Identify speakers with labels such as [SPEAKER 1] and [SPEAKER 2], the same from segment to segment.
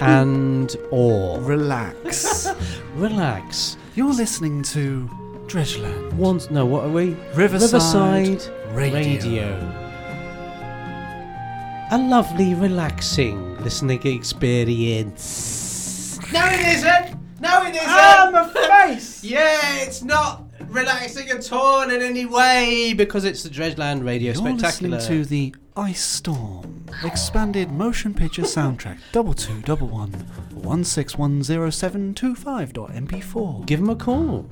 [SPEAKER 1] and awe.
[SPEAKER 2] Relax.
[SPEAKER 1] Relax.
[SPEAKER 2] You're listening to Dredgeland
[SPEAKER 1] Once, no, what are we?
[SPEAKER 2] Riverside, Radio.
[SPEAKER 1] A lovely, relaxing listening experience.
[SPEAKER 3] No, it isn't. No, it isn't.
[SPEAKER 1] Ah, my face!
[SPEAKER 3] yeah, it's not relaxing at all in any way because it's the Dredgeland Radio
[SPEAKER 2] You're
[SPEAKER 3] Spectacular.
[SPEAKER 2] listening to the Ice Storm expanded motion picture soundtrack. Double two double one one six one zero seven two five dot MP4.
[SPEAKER 1] Give him a call.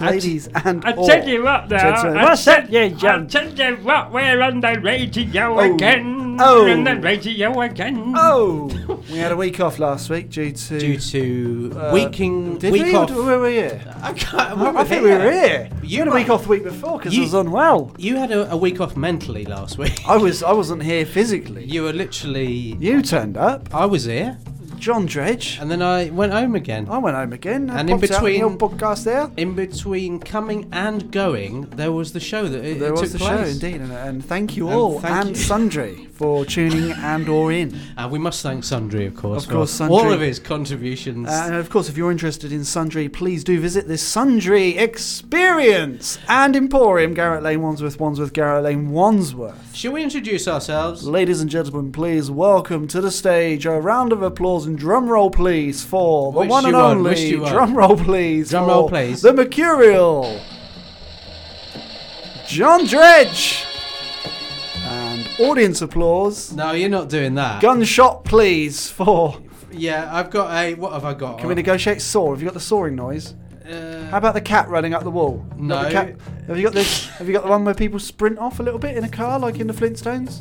[SPEAKER 2] Ladies and
[SPEAKER 4] I
[SPEAKER 5] Oh.
[SPEAKER 2] all.
[SPEAKER 4] tell you what, though,
[SPEAKER 2] Gentlemen.
[SPEAKER 4] I tell you, John. I tell you what, we're on the radio again.
[SPEAKER 2] Oh.
[SPEAKER 4] on the radio again.
[SPEAKER 2] Oh, we had a week off last week due to.
[SPEAKER 1] Due to
[SPEAKER 2] uh,
[SPEAKER 1] weeking,
[SPEAKER 2] did
[SPEAKER 1] week
[SPEAKER 2] we?
[SPEAKER 1] off.
[SPEAKER 2] Or were we here?
[SPEAKER 3] I, can't,
[SPEAKER 2] I think we were here.
[SPEAKER 1] You
[SPEAKER 2] You had a
[SPEAKER 1] might-
[SPEAKER 2] week off the week before because
[SPEAKER 1] You-
[SPEAKER 2] I was unwell.
[SPEAKER 1] You had a, a week off mentally last week.
[SPEAKER 2] I was. I wasn't here physically.
[SPEAKER 1] You were literally.
[SPEAKER 2] You turned up,
[SPEAKER 1] I was here,
[SPEAKER 2] John Dredge.
[SPEAKER 1] and then I went home again.
[SPEAKER 2] I went home again. I
[SPEAKER 1] And in
[SPEAKER 2] popped out the
[SPEAKER 1] between-
[SPEAKER 2] old podcast there.
[SPEAKER 1] In between coming and going, there was the show that it,
[SPEAKER 2] There
[SPEAKER 1] it
[SPEAKER 2] was
[SPEAKER 1] took
[SPEAKER 2] the show
[SPEAKER 1] place.
[SPEAKER 2] indeed, and, and thank you
[SPEAKER 1] And
[SPEAKER 2] all
[SPEAKER 1] thank
[SPEAKER 2] and
[SPEAKER 1] you.
[SPEAKER 2] Sundry for tuning and or in.
[SPEAKER 1] And Uh, we must thank Sundry, of course,
[SPEAKER 2] Of
[SPEAKER 1] for
[SPEAKER 2] course, Sundry.
[SPEAKER 1] all of his contributions.
[SPEAKER 2] Uh, and of course, if you're interested in Sundry, please do visit this Sundry Experience and Emporium, Garrett Lane, Wandsworth, Wandsworth, Garrett Lane, Wandsworth.
[SPEAKER 1] Shall we introduce ourselves?
[SPEAKER 2] Ladies and gentlemen, please welcome to the stage a round of applause and drum roll, please, for the
[SPEAKER 1] Wish
[SPEAKER 2] one
[SPEAKER 1] you
[SPEAKER 2] and
[SPEAKER 1] won, wish
[SPEAKER 2] only
[SPEAKER 1] you won.
[SPEAKER 2] drum roll, please,
[SPEAKER 1] Drum
[SPEAKER 2] for
[SPEAKER 1] roll, please.
[SPEAKER 2] the Mercurial, John Dredge, and audience applause.
[SPEAKER 1] No, you're not doing that.
[SPEAKER 2] Gunshot, please, for.
[SPEAKER 1] Yeah, I've got a. What have I got?
[SPEAKER 2] Can we negotiate saw? Have you got the sawing noise?
[SPEAKER 1] Uh,
[SPEAKER 2] How about the cat running up the wall? Got
[SPEAKER 1] No.
[SPEAKER 2] the cat- Have you got this? Have you got the one where people sprint off a little bit in a car, like in the Flintstones?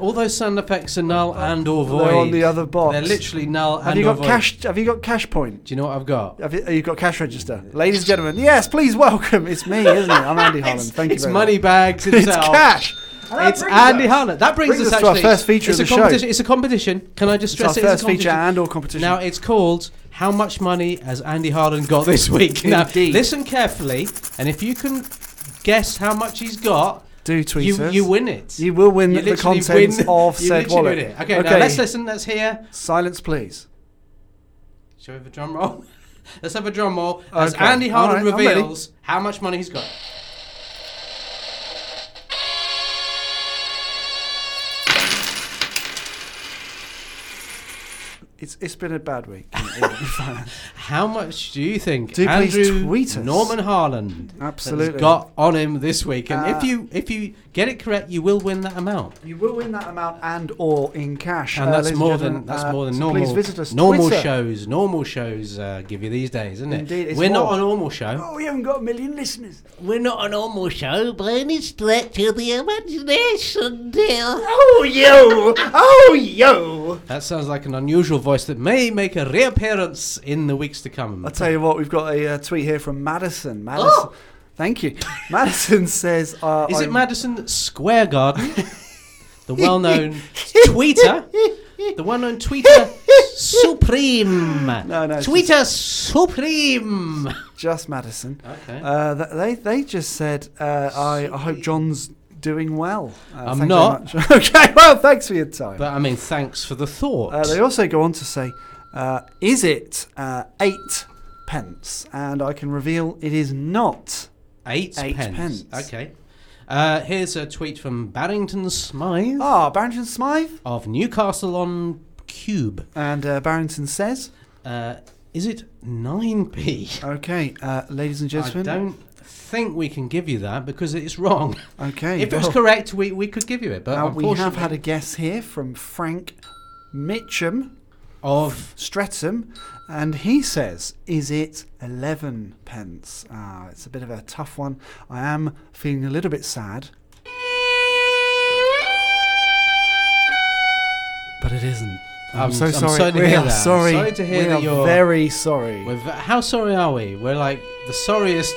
[SPEAKER 1] all those sound effects are null and or void.
[SPEAKER 2] They're on the other box.
[SPEAKER 1] They're literally null
[SPEAKER 2] Have
[SPEAKER 1] and
[SPEAKER 2] you
[SPEAKER 1] or
[SPEAKER 2] got
[SPEAKER 1] void.
[SPEAKER 2] cash? Have you got cash point?
[SPEAKER 1] Do you know what I've got?
[SPEAKER 2] Have you, have you got cash register? Ladies and gentlemen, yes, please welcome. It's me, isn't it? I'm Andy Holland. Thank you
[SPEAKER 1] it's
[SPEAKER 2] very
[SPEAKER 1] money
[SPEAKER 2] much.
[SPEAKER 1] bags
[SPEAKER 2] It's
[SPEAKER 1] himself.
[SPEAKER 2] cash.
[SPEAKER 1] It's Andy Harlan. That brings,
[SPEAKER 2] brings
[SPEAKER 1] us,
[SPEAKER 2] us to our
[SPEAKER 1] actually-
[SPEAKER 2] first feature
[SPEAKER 1] it's
[SPEAKER 2] of
[SPEAKER 1] a
[SPEAKER 2] the show.
[SPEAKER 1] competition. It's a competition. Can I just
[SPEAKER 2] It's our
[SPEAKER 1] stress it?
[SPEAKER 2] first
[SPEAKER 1] it's a
[SPEAKER 2] feature
[SPEAKER 1] competition.
[SPEAKER 2] and or competition.
[SPEAKER 1] Now it's called How Much Money Has Andy Harlan Got This Week? Now
[SPEAKER 2] Indeed.
[SPEAKER 1] listen carefully, and if you can guess how much he's got,
[SPEAKER 2] do tweet
[SPEAKER 1] you,
[SPEAKER 2] us.
[SPEAKER 1] you win it.
[SPEAKER 2] You will win
[SPEAKER 1] You
[SPEAKER 2] the
[SPEAKER 1] literally
[SPEAKER 2] contents
[SPEAKER 1] win-
[SPEAKER 2] of
[SPEAKER 1] you
[SPEAKER 2] said
[SPEAKER 1] literally
[SPEAKER 2] wallet.
[SPEAKER 1] win it. Okay, now let's listen. Let's hear.
[SPEAKER 2] Silence, please.
[SPEAKER 1] Shall we have a drum roll? Let's have a drum roll as
[SPEAKER 2] Okay,
[SPEAKER 1] Andy Harlan
[SPEAKER 2] alright, I'm ready.
[SPEAKER 1] reveals how much money he's got.
[SPEAKER 2] It's it's been a bad week.
[SPEAKER 1] How much do you think
[SPEAKER 2] Do please
[SPEAKER 1] Andrew
[SPEAKER 2] tweet us.
[SPEAKER 1] Norman Harland
[SPEAKER 2] Absolutely.
[SPEAKER 1] has got on him this week? And
[SPEAKER 2] Uh,
[SPEAKER 1] if you if you get it correct, you will win that amount.
[SPEAKER 2] you will win that amount and or in cash.
[SPEAKER 1] And
[SPEAKER 2] Uh,
[SPEAKER 1] that's
[SPEAKER 2] ladies
[SPEAKER 1] more than
[SPEAKER 2] gentlemen,
[SPEAKER 1] that's
[SPEAKER 2] uh,
[SPEAKER 1] more than
[SPEAKER 2] so
[SPEAKER 1] normal.
[SPEAKER 2] Please visit us.
[SPEAKER 1] normal
[SPEAKER 2] Twitter.
[SPEAKER 1] shows, normal shows uh, give you these days, isn't it?
[SPEAKER 2] Indeed, it's
[SPEAKER 1] We're not
[SPEAKER 2] more.
[SPEAKER 1] a normal show.
[SPEAKER 2] Oh, we haven't got a million listeners.
[SPEAKER 6] We're not a normal show by any stretch of the imagination, dear.
[SPEAKER 4] Oh, you! Oh, you!
[SPEAKER 1] That sounds like an unusual voice that may make a reappearance in the weeks to come.
[SPEAKER 2] I'll tell you what, we've got a uh, tweet here from Madison. Madison. Thank you. Madison says. Uh,
[SPEAKER 1] Is it
[SPEAKER 2] I'm-
[SPEAKER 1] Madison Square Garden? the well-known tweeter, the well-known tweeter supreme.
[SPEAKER 2] No, no, it's
[SPEAKER 1] tweeter supreme.
[SPEAKER 2] Just Madison.
[SPEAKER 1] Okay.
[SPEAKER 2] Uh, th- they they just said, uh, I, I hope John's doing well. Uh,
[SPEAKER 1] I'm
[SPEAKER 2] thank you very
[SPEAKER 1] not.
[SPEAKER 2] much. okay, well, thanks for your time.
[SPEAKER 1] but I mean, thanks for the thought.
[SPEAKER 2] uh, they also go on to say, uh, is it uh, eight pence? And I can reveal it is not.
[SPEAKER 1] eight,
[SPEAKER 2] eight
[SPEAKER 1] pence.
[SPEAKER 2] pence.
[SPEAKER 1] Okay. Uh, here's a tweet from Barrington Smythe
[SPEAKER 2] Ah, Barrington Smythe.
[SPEAKER 1] of Newcastle on Cube.
[SPEAKER 2] And uh, Barrington says,
[SPEAKER 1] Uh, is it nine p?
[SPEAKER 2] okay, uh, ladies and
[SPEAKER 1] I
[SPEAKER 2] gentlemen.
[SPEAKER 1] don't think we can give you that because it's wrong.
[SPEAKER 2] Okay.
[SPEAKER 1] If it was
[SPEAKER 2] well,
[SPEAKER 1] correct, we, we could give you it, but
[SPEAKER 2] now we
[SPEAKER 1] unfortunately,
[SPEAKER 2] have had a guess here from Frank Mitchum.
[SPEAKER 1] of
[SPEAKER 2] Streatham, and he says, "Is it eleven pence?" Ah, it's a bit of a tough one. I am feeling a little bit sad, but it isn't. I'm,
[SPEAKER 1] I'm-
[SPEAKER 2] so
[SPEAKER 1] I'm
[SPEAKER 2] sorry.
[SPEAKER 1] sorry to
[SPEAKER 2] we
[SPEAKER 1] hear
[SPEAKER 2] are
[SPEAKER 1] that. I'm
[SPEAKER 2] sorry.
[SPEAKER 1] sorry to hear
[SPEAKER 2] we
[SPEAKER 1] that
[SPEAKER 2] are
[SPEAKER 1] you're-
[SPEAKER 2] very sorry.
[SPEAKER 1] we're v- how sorry are we? We're like the sorriest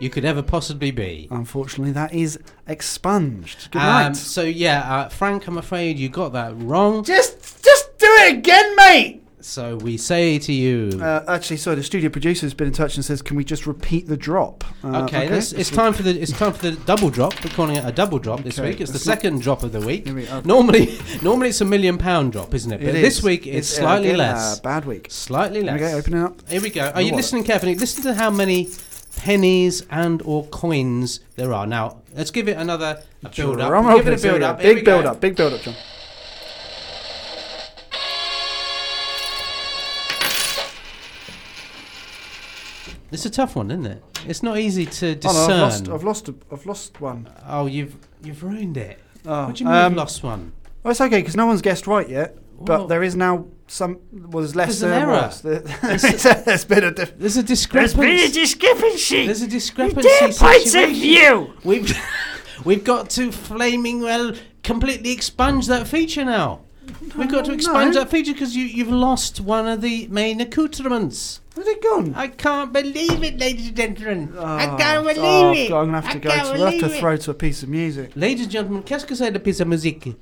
[SPEAKER 1] you could ever possibly be.
[SPEAKER 2] Unfortunately, that is expunged. Oh, Good
[SPEAKER 1] Um,
[SPEAKER 2] night.
[SPEAKER 1] so yeah, uh, Frank, I'm afraid you got that wrong.
[SPEAKER 3] Just, just do it again, mate.
[SPEAKER 1] So we say to you.
[SPEAKER 2] Uh, actually, so the studio producer's been in touch and says, "Can we just repeat the drop?" Uh,
[SPEAKER 1] Okay, This, it's time for the it's time for the double drop. We're calling it a double drop this
[SPEAKER 2] Okay,
[SPEAKER 1] week. It's the
[SPEAKER 2] let's not-
[SPEAKER 1] second drop of the week.
[SPEAKER 2] Here we are.
[SPEAKER 1] Normally, normally it's a million pound drop, isn't it? But
[SPEAKER 2] It
[SPEAKER 1] this
[SPEAKER 2] is.
[SPEAKER 1] week it's,
[SPEAKER 2] uh,
[SPEAKER 1] slightly
[SPEAKER 2] again,
[SPEAKER 1] less.
[SPEAKER 2] Uh, bad week.
[SPEAKER 1] slightly less.
[SPEAKER 2] Okay, open it up.
[SPEAKER 1] Here we go. Are
[SPEAKER 2] Your
[SPEAKER 1] you
[SPEAKER 2] wallet.
[SPEAKER 1] listening carefully? Listen to how many pennies and or coins there are. Now, let's give it another a build up.
[SPEAKER 2] Drum roll,
[SPEAKER 1] give it
[SPEAKER 2] please.
[SPEAKER 1] a
[SPEAKER 2] Here we
[SPEAKER 1] build
[SPEAKER 2] go.
[SPEAKER 1] up. Here we
[SPEAKER 2] Big
[SPEAKER 1] go.
[SPEAKER 2] build up. Big build up, John.
[SPEAKER 1] It's a tough one, isn't it? It's not easy to
[SPEAKER 2] Oh,
[SPEAKER 1] discern.
[SPEAKER 2] no,
[SPEAKER 1] Oh,
[SPEAKER 2] I've lost. I've lost. a- I've lost one.
[SPEAKER 1] you've you've ruined it.
[SPEAKER 2] Oh,
[SPEAKER 1] what do you mean
[SPEAKER 2] um,
[SPEAKER 1] you've lost one?
[SPEAKER 2] Oh, it's okay because no one's guessed right yet. But
[SPEAKER 1] Well-
[SPEAKER 2] there is now some. Well, there's less
[SPEAKER 1] There's an
[SPEAKER 2] than there
[SPEAKER 1] error.
[SPEAKER 2] was. There- there's been a diff-
[SPEAKER 1] There's a
[SPEAKER 7] There's
[SPEAKER 1] discrepancy.
[SPEAKER 7] been a discrepancy.
[SPEAKER 1] There's a discrepancy.
[SPEAKER 7] Their points of
[SPEAKER 1] situation.
[SPEAKER 7] view.
[SPEAKER 1] We've we've got to flaming well completely expunge that feature now. We've got to
[SPEAKER 2] No,
[SPEAKER 1] expunge
[SPEAKER 2] no.
[SPEAKER 1] that feature because you, you've lost one of the main accoutrements.
[SPEAKER 2] Where's it gone?
[SPEAKER 1] I can't believe it, ladies and gentlemen.
[SPEAKER 2] Oh,
[SPEAKER 1] I can't believe
[SPEAKER 2] oh,
[SPEAKER 1] it.
[SPEAKER 2] God, I'm gonna have to
[SPEAKER 1] I
[SPEAKER 2] go.
[SPEAKER 1] can't
[SPEAKER 2] To, we'll have to
[SPEAKER 1] believe it.
[SPEAKER 2] throw to a piece of music.
[SPEAKER 1] Ladies and gentlemen, qu'est-ce que c'est la piece of musique?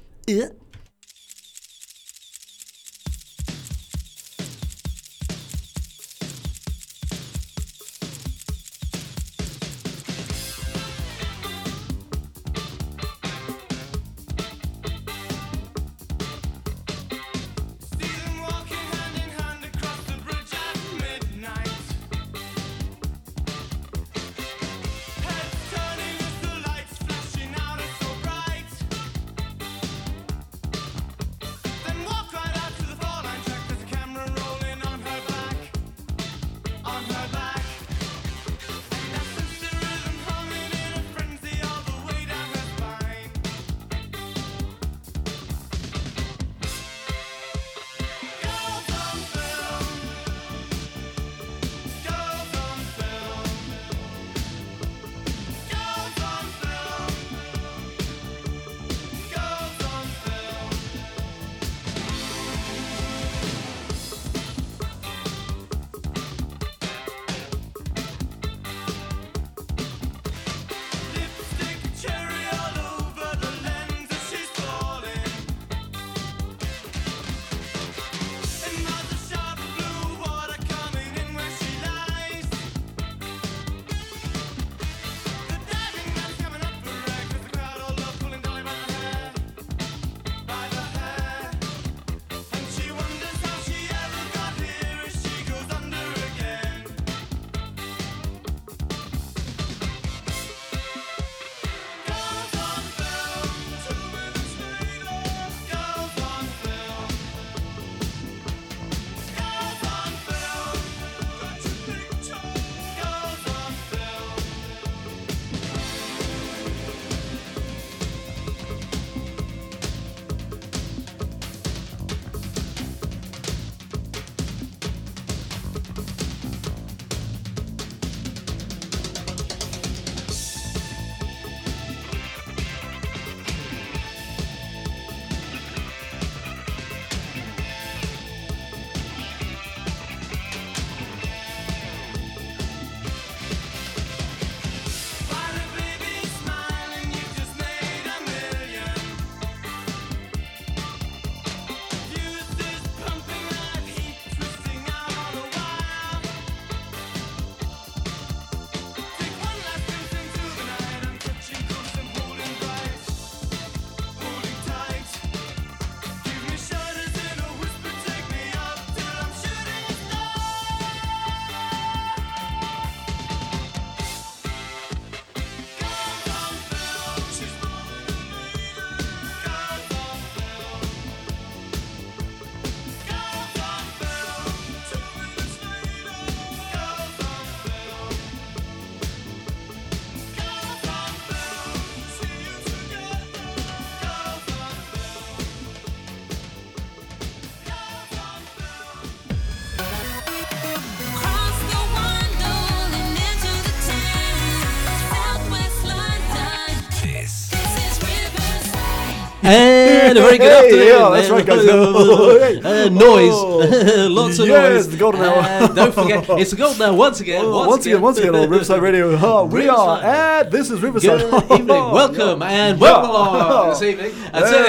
[SPEAKER 8] Cross the Wonderland into the town, Southwest London. This is Riverside.
[SPEAKER 1] Eh, been a very good afternoon.
[SPEAKER 9] Yeah, that's right, guys. Oh.
[SPEAKER 1] Uh, noise. Lots of
[SPEAKER 9] Yes,
[SPEAKER 1] noise.
[SPEAKER 9] the golden hour. Oh,
[SPEAKER 1] Uh, don't forget, it's the golden hour once again.
[SPEAKER 9] Once, again, once again on Riverside Radio. Huh, we are at this is Riverside.
[SPEAKER 1] Good evening. Welcome and welcome along this evening. That's it.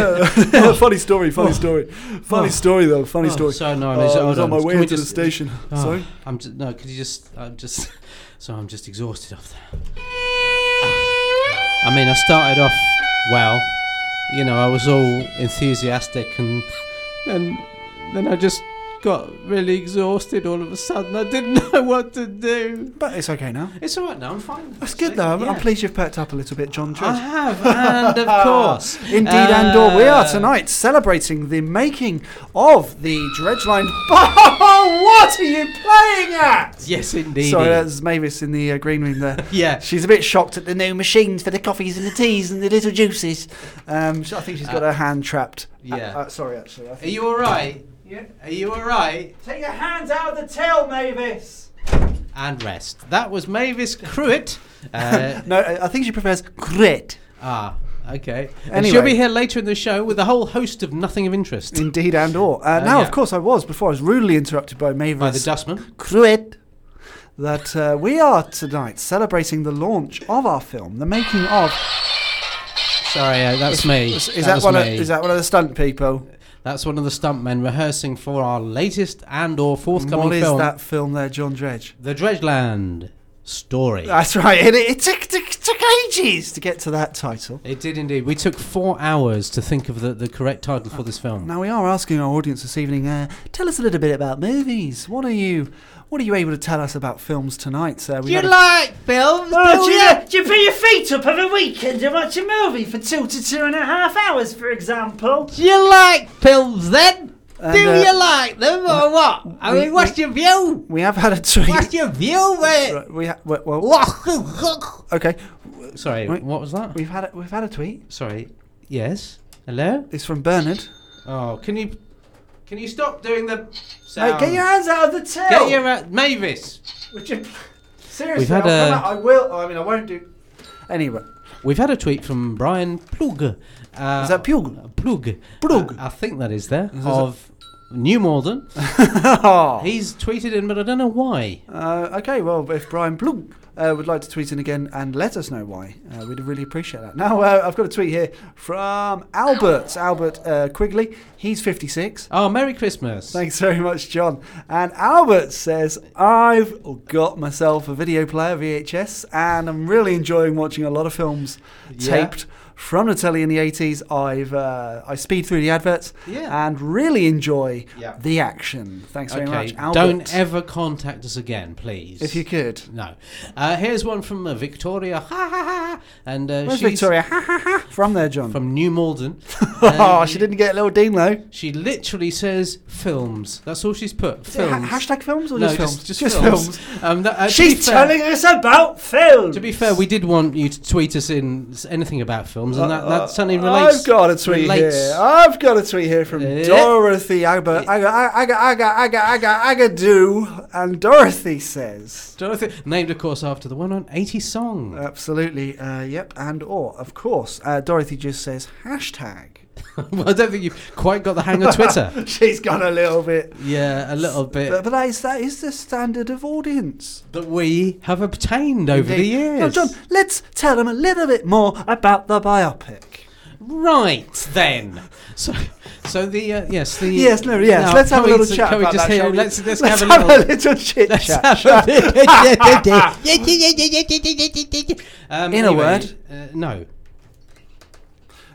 [SPEAKER 1] Oh.
[SPEAKER 9] Yeah. funny story, funny story, funny story though, funny story.
[SPEAKER 1] sorry, no, I
[SPEAKER 9] Uh,
[SPEAKER 1] mean,
[SPEAKER 9] I
[SPEAKER 1] so-
[SPEAKER 9] was
[SPEAKER 1] hold
[SPEAKER 9] on my
[SPEAKER 1] on.
[SPEAKER 9] way
[SPEAKER 1] Can we
[SPEAKER 9] into the
[SPEAKER 1] just-
[SPEAKER 9] station.
[SPEAKER 1] Oh,
[SPEAKER 9] Sorry.
[SPEAKER 1] I'm just, no, could you just, I'm just, so I'm just exhausted off that. I mean, I started off well, you know, I was all enthusiastic and then, then I just got really exhausted all of a sudden. I didn't know what to do.
[SPEAKER 2] But it's okay now.
[SPEAKER 1] It's all right now, I'm fine.
[SPEAKER 2] That's good though. I'm, I'm
[SPEAKER 1] Yeah.
[SPEAKER 2] pleased you've perked up a little bit, John.
[SPEAKER 1] I
[SPEAKER 2] Trudge.
[SPEAKER 1] have, and of course.
[SPEAKER 2] Indeed, and all. We are
[SPEAKER 1] ah. Uh,
[SPEAKER 2] tonight celebrating the making of the Dredgeline. what are you playing at?
[SPEAKER 1] Yes, indeed.
[SPEAKER 2] Sorry, that's Mavis in the uh, green room there.
[SPEAKER 1] Yeah.
[SPEAKER 2] She's a bit shocked at the new machines for the coffees and the teas and the little juices. Um, sh I think she's got her hand trapped. Uh,
[SPEAKER 1] Yeah.
[SPEAKER 2] uh, sorry, actually. I
[SPEAKER 1] Are
[SPEAKER 2] think.
[SPEAKER 1] you alright? Yeah. Are you alright?
[SPEAKER 2] Take your hands out of the till, Mavis.
[SPEAKER 1] And rest. That was Mavis Cruitt. Uh,
[SPEAKER 2] No, I I think she prefers grit.
[SPEAKER 1] Ah, okay. And
[SPEAKER 2] Anyway.
[SPEAKER 1] she'll be here later in the show with a whole host of nothing of interest.
[SPEAKER 2] Indeed, and all. Uh, now,
[SPEAKER 1] yeah.
[SPEAKER 2] of course, I was before I was rudely interrupted by Mavis.
[SPEAKER 1] By the dustman.
[SPEAKER 2] Cruet. That uh, we are tonight celebrating the launch of our film, the making of.
[SPEAKER 1] Sorry, uh, that's me.
[SPEAKER 2] Is, is
[SPEAKER 1] that,
[SPEAKER 2] that
[SPEAKER 1] was
[SPEAKER 2] one? Of,
[SPEAKER 1] me.
[SPEAKER 2] is that one of the stunt people?
[SPEAKER 1] That's one of the stuntmen rehearsing for our latest and/or forthcoming
[SPEAKER 2] what is
[SPEAKER 1] film,
[SPEAKER 2] that film there, John Dredge?
[SPEAKER 1] The Dredgeland Story.
[SPEAKER 2] That's right. It, it took, took, took ages to get to that title.
[SPEAKER 1] it did indeed. We took four hours to think of the, the correct title for this film.
[SPEAKER 2] Now we are asking our audience this evening. Uh, tell us a little bit about movies. What are you? What are you able to tell us about films tonight? Uh, we had a-
[SPEAKER 1] like films?
[SPEAKER 5] Oh, do, you, do you put your feet up on a weekend and watch a movie for two to two and a half hours, for example?
[SPEAKER 1] Do you like films then?
[SPEAKER 2] And, Do uh, you
[SPEAKER 1] like them or what? I
[SPEAKER 2] we- mean, what's
[SPEAKER 1] your view?
[SPEAKER 2] we have had a tweet.
[SPEAKER 1] your view, mate?
[SPEAKER 2] Right, we ha- well, well, okay.
[SPEAKER 1] Sorry,
[SPEAKER 2] Right.
[SPEAKER 1] what was that?
[SPEAKER 2] We've had a, we've had a tweet.
[SPEAKER 1] Sorry. Yes. Hello.
[SPEAKER 2] It's from Bernard.
[SPEAKER 1] Oh, can you can you stop doing the sound?
[SPEAKER 5] Hey, get your hands out of the till.
[SPEAKER 1] Um, Get your, uh, Mavis.
[SPEAKER 5] Would you- Seriously,
[SPEAKER 1] We've had
[SPEAKER 5] I'll
[SPEAKER 1] a-
[SPEAKER 5] come out- I will. Oh, I mean, I won't do.
[SPEAKER 2] Anyway,
[SPEAKER 1] We've had a tweet from Brian Plug. Uh,
[SPEAKER 2] Is that Plug?
[SPEAKER 1] Plug.
[SPEAKER 2] Plug.
[SPEAKER 1] I, I think that is Oh. there of New Malden. He's tweeted in, but I don't know why.
[SPEAKER 2] Oh, Uh, okay, well, if Brian Bloom uh, would like to tweet in again and let us know why, uh, we'd really appreciate that. Now, uh, I've got a tweet here from Albert, Albert uh, Quigley. He's 56.
[SPEAKER 1] Oh, Merry Christmas.
[SPEAKER 2] Thanks very much, John. And Albert says, I've got myself a video player, VHS, and I'm really enjoying watching a lot of films
[SPEAKER 1] Yeah.
[SPEAKER 2] taped from the telly in the 80s. I've uh, I speed through the adverts
[SPEAKER 1] Yeah.
[SPEAKER 2] and really enjoy
[SPEAKER 1] Yeah.
[SPEAKER 2] the action. Thanks very
[SPEAKER 1] okay.
[SPEAKER 2] much, Albert.
[SPEAKER 1] Don't ever contact us again, please.
[SPEAKER 2] if you could.
[SPEAKER 1] No. Uh, here's one from uh, Victoria. Ha ha ha. And uh,
[SPEAKER 2] Where's
[SPEAKER 1] she's
[SPEAKER 2] Victoria? Ha ha ha. From there, John.
[SPEAKER 1] from New Malden.
[SPEAKER 2] oh, she didn't get a little Dean though.
[SPEAKER 1] She literally says films. That's all she's put.
[SPEAKER 2] Ha-
[SPEAKER 1] Films.
[SPEAKER 2] hashtag films or
[SPEAKER 1] no,
[SPEAKER 2] just films?
[SPEAKER 1] just, just films. Um, that, uh,
[SPEAKER 5] She's
[SPEAKER 1] to be fair,
[SPEAKER 5] telling us about film.
[SPEAKER 1] To be fair, we did want you to tweet us in s- anything about films, and that, that certainly relates.
[SPEAKER 2] Uh, I've got a tweet
[SPEAKER 1] relates-
[SPEAKER 2] here. I've got a tweet here from
[SPEAKER 1] Eh?
[SPEAKER 2] Dorothy Agba. Aga, Aga, Aga, Aga, Aga, Agadoo. And Dorothy says.
[SPEAKER 1] Dorothy, named of course after the 180 song.
[SPEAKER 2] Absolutely, uh, yep, and or, of course. Uh, Dorothy just says hashtag.
[SPEAKER 1] well, I don't think you've quite got the hang of Twitter.
[SPEAKER 2] She's gone a little bit.
[SPEAKER 1] yeah, a little bit
[SPEAKER 2] But, but that, is, that is the standard of audience.
[SPEAKER 1] that we have obtained over the years.
[SPEAKER 2] Now, John, let's tell them a little bit more about the biopic.
[SPEAKER 1] Right then. So, so the uh, yes, the
[SPEAKER 2] Yes, no, yes.
[SPEAKER 1] Now,
[SPEAKER 2] let's have a
[SPEAKER 1] can we
[SPEAKER 2] little
[SPEAKER 1] s-
[SPEAKER 2] chat
[SPEAKER 1] can we
[SPEAKER 2] about
[SPEAKER 1] just
[SPEAKER 2] that.
[SPEAKER 1] hear-
[SPEAKER 2] shall we?
[SPEAKER 1] let's, let's,
[SPEAKER 2] Let's
[SPEAKER 1] have a little.
[SPEAKER 2] chit
[SPEAKER 1] let's
[SPEAKER 2] chat.
[SPEAKER 1] have a little. um,
[SPEAKER 2] In a word.
[SPEAKER 1] uh, no.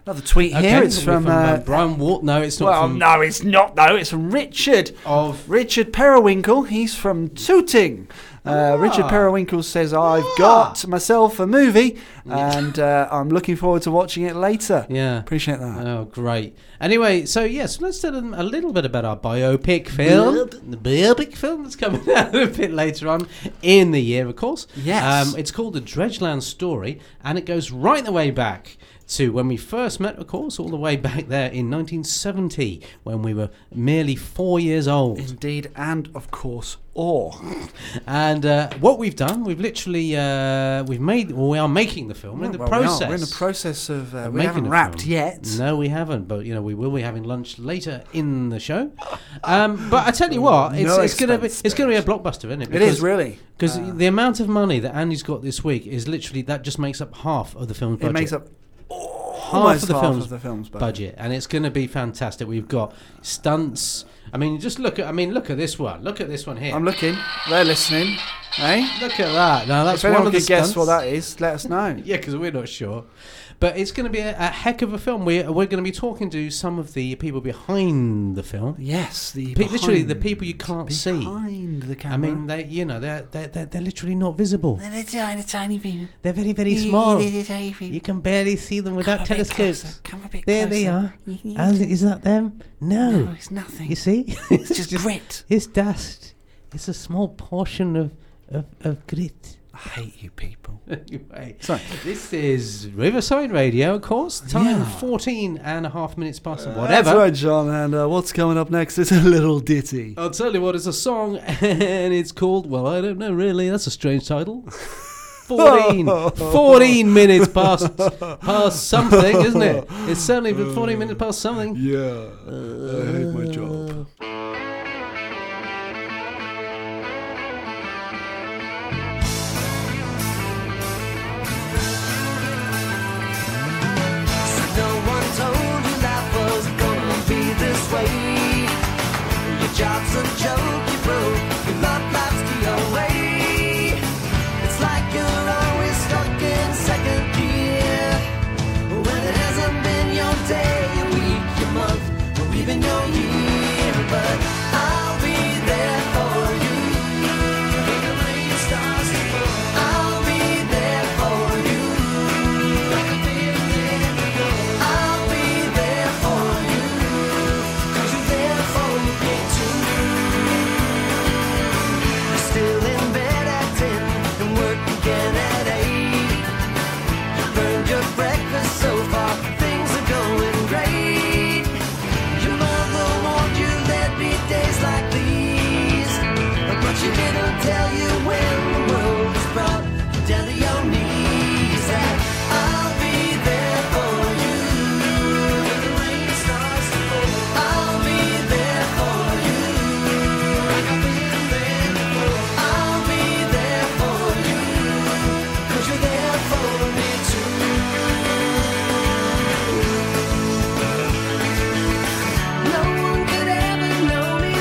[SPEAKER 2] Another tweet
[SPEAKER 1] Okay,
[SPEAKER 2] here.
[SPEAKER 1] it'll
[SPEAKER 2] It's
[SPEAKER 1] be
[SPEAKER 2] from,
[SPEAKER 1] uh,
[SPEAKER 2] uh,
[SPEAKER 1] Brian Walt. No, it's not
[SPEAKER 2] well,
[SPEAKER 1] from
[SPEAKER 2] no, it's not though. It's from Richard.
[SPEAKER 1] of.
[SPEAKER 2] Richard Periwinkle. He's from Tooting.
[SPEAKER 1] Ah.
[SPEAKER 2] Uh, Richard Periwinkle says, "I've got myself a movie, and uh, I'm looking forward to watching it later."
[SPEAKER 1] Yeah.
[SPEAKER 2] appreciate that.
[SPEAKER 1] Oh, great. Anyway, so yes, let's tell them a little bit about our biopic film. The biopic film that's coming out a bit later on in the year, of course.
[SPEAKER 2] Yes.
[SPEAKER 1] Um, it's called The Dredgeland Story, and it goes right the way back to when we first met, of course, all the way back there in 1970 when we were merely four years old.
[SPEAKER 2] Indeed, and of course, or
[SPEAKER 1] And uh, what we've done, we've literally uh, we've made, well, we are making the film. We're in the
[SPEAKER 2] Well, we are.
[SPEAKER 1] process.
[SPEAKER 2] We're in the process of. Uh,
[SPEAKER 1] of
[SPEAKER 2] we
[SPEAKER 1] making
[SPEAKER 2] haven't
[SPEAKER 1] the
[SPEAKER 2] wrapped
[SPEAKER 1] film.
[SPEAKER 2] yet.
[SPEAKER 1] No, we haven't. But you know, we will be having lunch later in the show. Um, but I tell you what, it's,
[SPEAKER 2] No
[SPEAKER 1] it's going to be
[SPEAKER 2] expense
[SPEAKER 1] it's going to be a blockbuster, isn't it?
[SPEAKER 2] It is really.
[SPEAKER 1] because
[SPEAKER 2] Uh,
[SPEAKER 1] the amount of money that Andy's got this week is literally that just makes up half of the film's budget.
[SPEAKER 2] It makes up
[SPEAKER 1] half
[SPEAKER 2] almost
[SPEAKER 1] of the
[SPEAKER 2] half
[SPEAKER 1] film's
[SPEAKER 2] of the film's budget.
[SPEAKER 1] budget, and it's going to be fantastic. We've got stunts. I mean, just look at I mean, look at this one. Look at this one here.
[SPEAKER 2] I'm looking. They're listening. Hey,
[SPEAKER 1] look at that. Now that's
[SPEAKER 2] if anyone
[SPEAKER 1] one of
[SPEAKER 2] can
[SPEAKER 1] the
[SPEAKER 2] guess what
[SPEAKER 1] stunts.
[SPEAKER 2] that is, let us know.
[SPEAKER 1] Yeah, because we're not sure. But it's going to be a, a heck of a film. We're, we're going to be talking to some of the people behind the film.
[SPEAKER 2] Yes, the
[SPEAKER 1] Pe- literally, the
[SPEAKER 2] behind-
[SPEAKER 1] people you can't see.
[SPEAKER 2] behind the camera.
[SPEAKER 1] I mean, they, you know, they're, they're, they're, they're literally not visible.
[SPEAKER 6] They're tiny, tiny people.
[SPEAKER 1] They're very, very small. You can barely see them without telescopes.
[SPEAKER 6] Come a bit
[SPEAKER 1] There they are. And is that them? No.
[SPEAKER 6] Oh, It's nothing.
[SPEAKER 1] You see?
[SPEAKER 6] It's just grit.
[SPEAKER 1] It's dust. It's a small portion of, of, of grit.
[SPEAKER 2] I hate you people.
[SPEAKER 1] anyway,
[SPEAKER 2] Sorry.
[SPEAKER 1] this is Riverside Radio, of course. Time
[SPEAKER 2] Yeah.
[SPEAKER 1] 14 and a half minutes past and
[SPEAKER 2] That's
[SPEAKER 1] whatever.
[SPEAKER 2] right, John. And uh, what's coming up next is a little ditty.
[SPEAKER 1] I'll tell you what, it's a song and it's called, well, I don't know really, that's a strange title. 14, 14 minutes past past something, isn't it? It's certainly been 14 minutes past something.
[SPEAKER 9] Yeah, I hate my
[SPEAKER 2] Uh,
[SPEAKER 9] job.
[SPEAKER 8] No one told you life was gonna be this way. Your job's a joke, you broke. Your love life's the way. It's like you're always stuck in second gear. When it hasn't been your day, your week, your month, or even your year. But I'll be there for you. When the rain starts to fall, I'll be there for you. Like I've been there I'll be there for you, cause you're there for me too. You're still in bed at 10 and work again at 8. You burned your breakfast so far, things are going great. Your mother warned you there'd be days like these, but she didn't tell you when the world was brought you down to your knees. And I'll be there for you. When the rain starts to fall, I'll be there for you. Like I've been there before. I'll be there for you. Cause you're there for me too. No one could ever know me.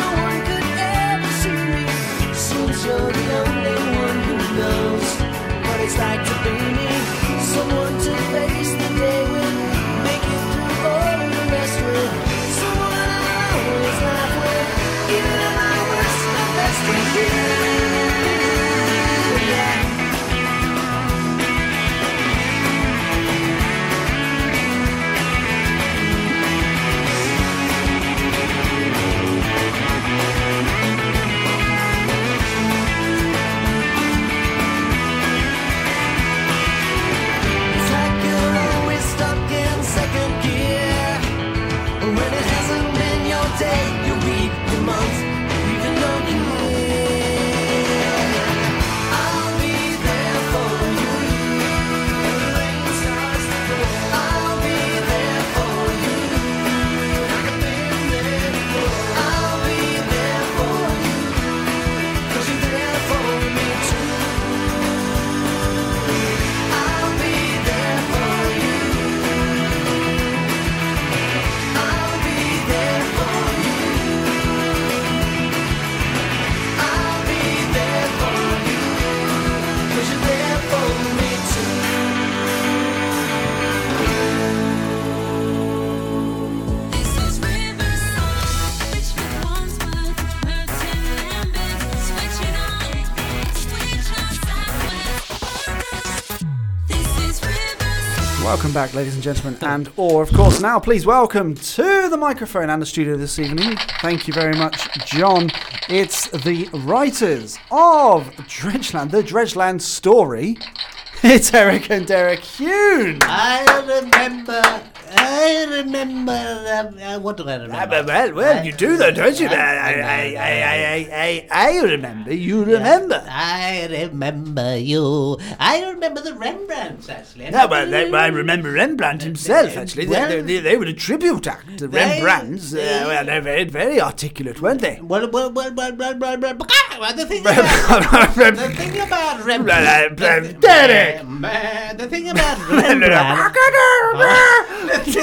[SPEAKER 8] No one could ever see me. Seems you're the only one who knows what it's like to be me. Someone to face the day with, make it through all the rest with. Someone I always laugh with, even at my worst, my best with you. Yeah. It's like you're always stuck in second gear. When it hasn't been your day, your week, your month, even your year. I'll be there for you. When the rain starts to fall, I'll be there for you. Like I've been there before. I'll be there for you. 'Cause you're there for me too. I'll be there for you. I'll be there for you. I'll be there for you. Cause you're there for me too.
[SPEAKER 10] This is Riverside, which once was Merton Lambeth. Switch it on, switch on sideways. This is Riverside.
[SPEAKER 2] Welcome back, ladies and gentlemen, and or of course now, please welcome to the microphone and the studio this evening. Thank you very much, John. It's the writers of Dredgeland, the Dredgeland story. it's Eric and Derek Hune.
[SPEAKER 3] I remember. I remember. Um, uh, what do I
[SPEAKER 2] Ah,
[SPEAKER 3] remember?
[SPEAKER 2] but Well, well, you do though, don't you? I, I, I, I, I, I, I remember. You remember.
[SPEAKER 3] I remember you. I remember the Rembrandts actually.
[SPEAKER 2] No, Ah, well, they, well, I remember Rembrandt himself, actually. They- they,
[SPEAKER 3] Well-
[SPEAKER 2] they, they were a tribute act to Rembrandts. Uh, well, they're very, very articulate, weren't they?
[SPEAKER 3] Well, well, well, well, well, well, well, well, the thing about the
[SPEAKER 2] Rembrandt.
[SPEAKER 3] thing about Rembrandt,
[SPEAKER 2] Blah, blah,
[SPEAKER 3] the,
[SPEAKER 2] Derek!
[SPEAKER 3] uh, the thing about Rembrandt, the,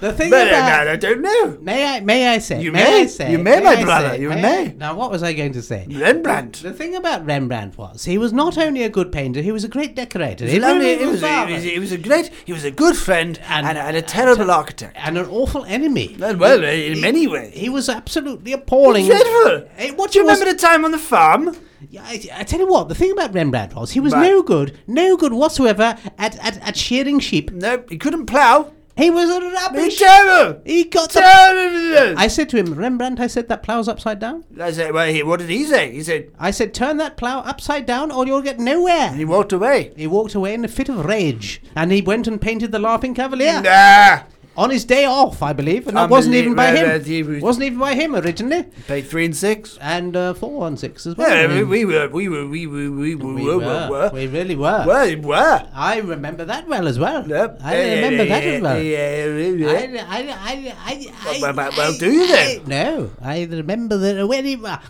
[SPEAKER 3] the thing
[SPEAKER 2] But, uh,
[SPEAKER 3] about
[SPEAKER 2] no, I don't know.
[SPEAKER 1] May I? May I say?
[SPEAKER 2] You
[SPEAKER 1] I
[SPEAKER 2] may.
[SPEAKER 1] say?
[SPEAKER 2] You may, my
[SPEAKER 1] I
[SPEAKER 2] brother,
[SPEAKER 1] say?
[SPEAKER 2] you
[SPEAKER 1] I-
[SPEAKER 2] may.
[SPEAKER 1] Now, what was I going to say?
[SPEAKER 2] Rembrandt.
[SPEAKER 1] The thing about Rembrandt was he was not only a good painter, he was a great decorator.
[SPEAKER 2] He
[SPEAKER 1] He
[SPEAKER 2] loved
[SPEAKER 1] really
[SPEAKER 2] it. He was, a- he was a- he was a great, he was a good friend and,
[SPEAKER 1] And-
[SPEAKER 2] and, a terrible architect.
[SPEAKER 1] and an awful enemy.
[SPEAKER 2] Well, in many ways.
[SPEAKER 1] He was absolutely appalling.
[SPEAKER 2] Dreadful.
[SPEAKER 1] Eh, what
[SPEAKER 2] Do you
[SPEAKER 1] he was-
[SPEAKER 2] remember the time on the farm?
[SPEAKER 1] Yeah, I, I tell you what, the thing about Rembrandt was he was
[SPEAKER 2] Right.
[SPEAKER 1] no good, no good whatsoever at, at, at shearing sheep.
[SPEAKER 2] No, he couldn't plough.
[SPEAKER 1] He was a rubbish.
[SPEAKER 2] terrible.
[SPEAKER 1] He got the.
[SPEAKER 2] Terrible.
[SPEAKER 1] I said to him, Rembrandt, I said that plough's upside down.
[SPEAKER 2] I said, well, he, what did he say? He said,
[SPEAKER 1] I said, turn that plough upside down or you'll get nowhere.
[SPEAKER 2] he walked away.
[SPEAKER 1] He walked away in a fit of rage, and he went and painted the Laughing Cavalier
[SPEAKER 2] Nah.
[SPEAKER 1] on his day off, I believe, and that wasn't even by
[SPEAKER 2] Unbelievable. He
[SPEAKER 1] him.
[SPEAKER 2] was-
[SPEAKER 1] Wasn't even by him originally,
[SPEAKER 2] Paid three and six.
[SPEAKER 1] and uh, four one six as well.
[SPEAKER 2] Yeah,
[SPEAKER 1] I
[SPEAKER 2] we,
[SPEAKER 1] mean,
[SPEAKER 2] we were, we were, we were, we were,
[SPEAKER 1] we
[SPEAKER 2] were,
[SPEAKER 1] were.
[SPEAKER 2] were, were,
[SPEAKER 1] We really were.
[SPEAKER 2] were, were.
[SPEAKER 1] I remember that well as well.
[SPEAKER 2] Yep.
[SPEAKER 1] I remember
[SPEAKER 2] Yeah,
[SPEAKER 1] that as well.
[SPEAKER 2] yeah, yeah, yeah.
[SPEAKER 1] I, I, I, I,
[SPEAKER 2] Well,
[SPEAKER 1] I,
[SPEAKER 2] well, well,
[SPEAKER 1] I-
[SPEAKER 2] do you then?
[SPEAKER 1] I- no, I remember that very well.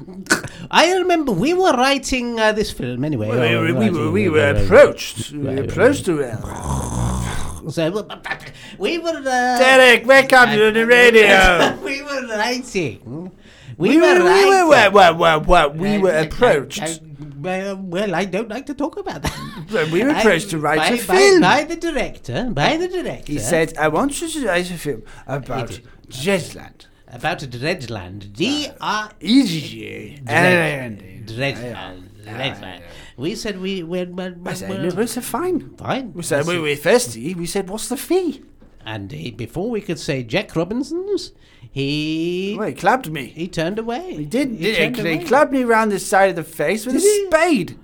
[SPEAKER 1] I remember we were writing uh, this film anyway.
[SPEAKER 2] Well,
[SPEAKER 1] Oh,
[SPEAKER 2] we, we,
[SPEAKER 1] writing,
[SPEAKER 2] were, we were
[SPEAKER 1] uh,
[SPEAKER 2] approached. We were
[SPEAKER 1] Right,
[SPEAKER 2] approached to it.
[SPEAKER 1] So we were. Uh,
[SPEAKER 2] Derek, wake up! You're on the radio.
[SPEAKER 1] we were writing.
[SPEAKER 2] We were, we were, were, were, were, were, we
[SPEAKER 1] I-
[SPEAKER 2] were
[SPEAKER 1] I- I-
[SPEAKER 2] approached.
[SPEAKER 1] I- well, I don't like to talk about that.
[SPEAKER 2] We were approached to write
[SPEAKER 1] by,
[SPEAKER 2] a
[SPEAKER 1] by-
[SPEAKER 2] film.
[SPEAKER 1] by the director. By the director.
[SPEAKER 2] He said, "I want you to write a film about Jesland."
[SPEAKER 1] about Dredgeland. D R
[SPEAKER 2] Easy, and
[SPEAKER 1] Dredgeland. Dredgeland. We said we when when
[SPEAKER 2] I said, "No, it's fine."
[SPEAKER 1] fine.
[SPEAKER 2] We said, "We were thirsty." We said, "What's the fee?"
[SPEAKER 1] and he, before we could say Jack Robinson's, he
[SPEAKER 2] Well, he clapped me.
[SPEAKER 1] he turned away.
[SPEAKER 2] He did.
[SPEAKER 1] He
[SPEAKER 2] did
[SPEAKER 1] turned
[SPEAKER 2] he? He
[SPEAKER 1] away.
[SPEAKER 2] clapped me round the side of the face with a
[SPEAKER 1] Did he?
[SPEAKER 2] spade.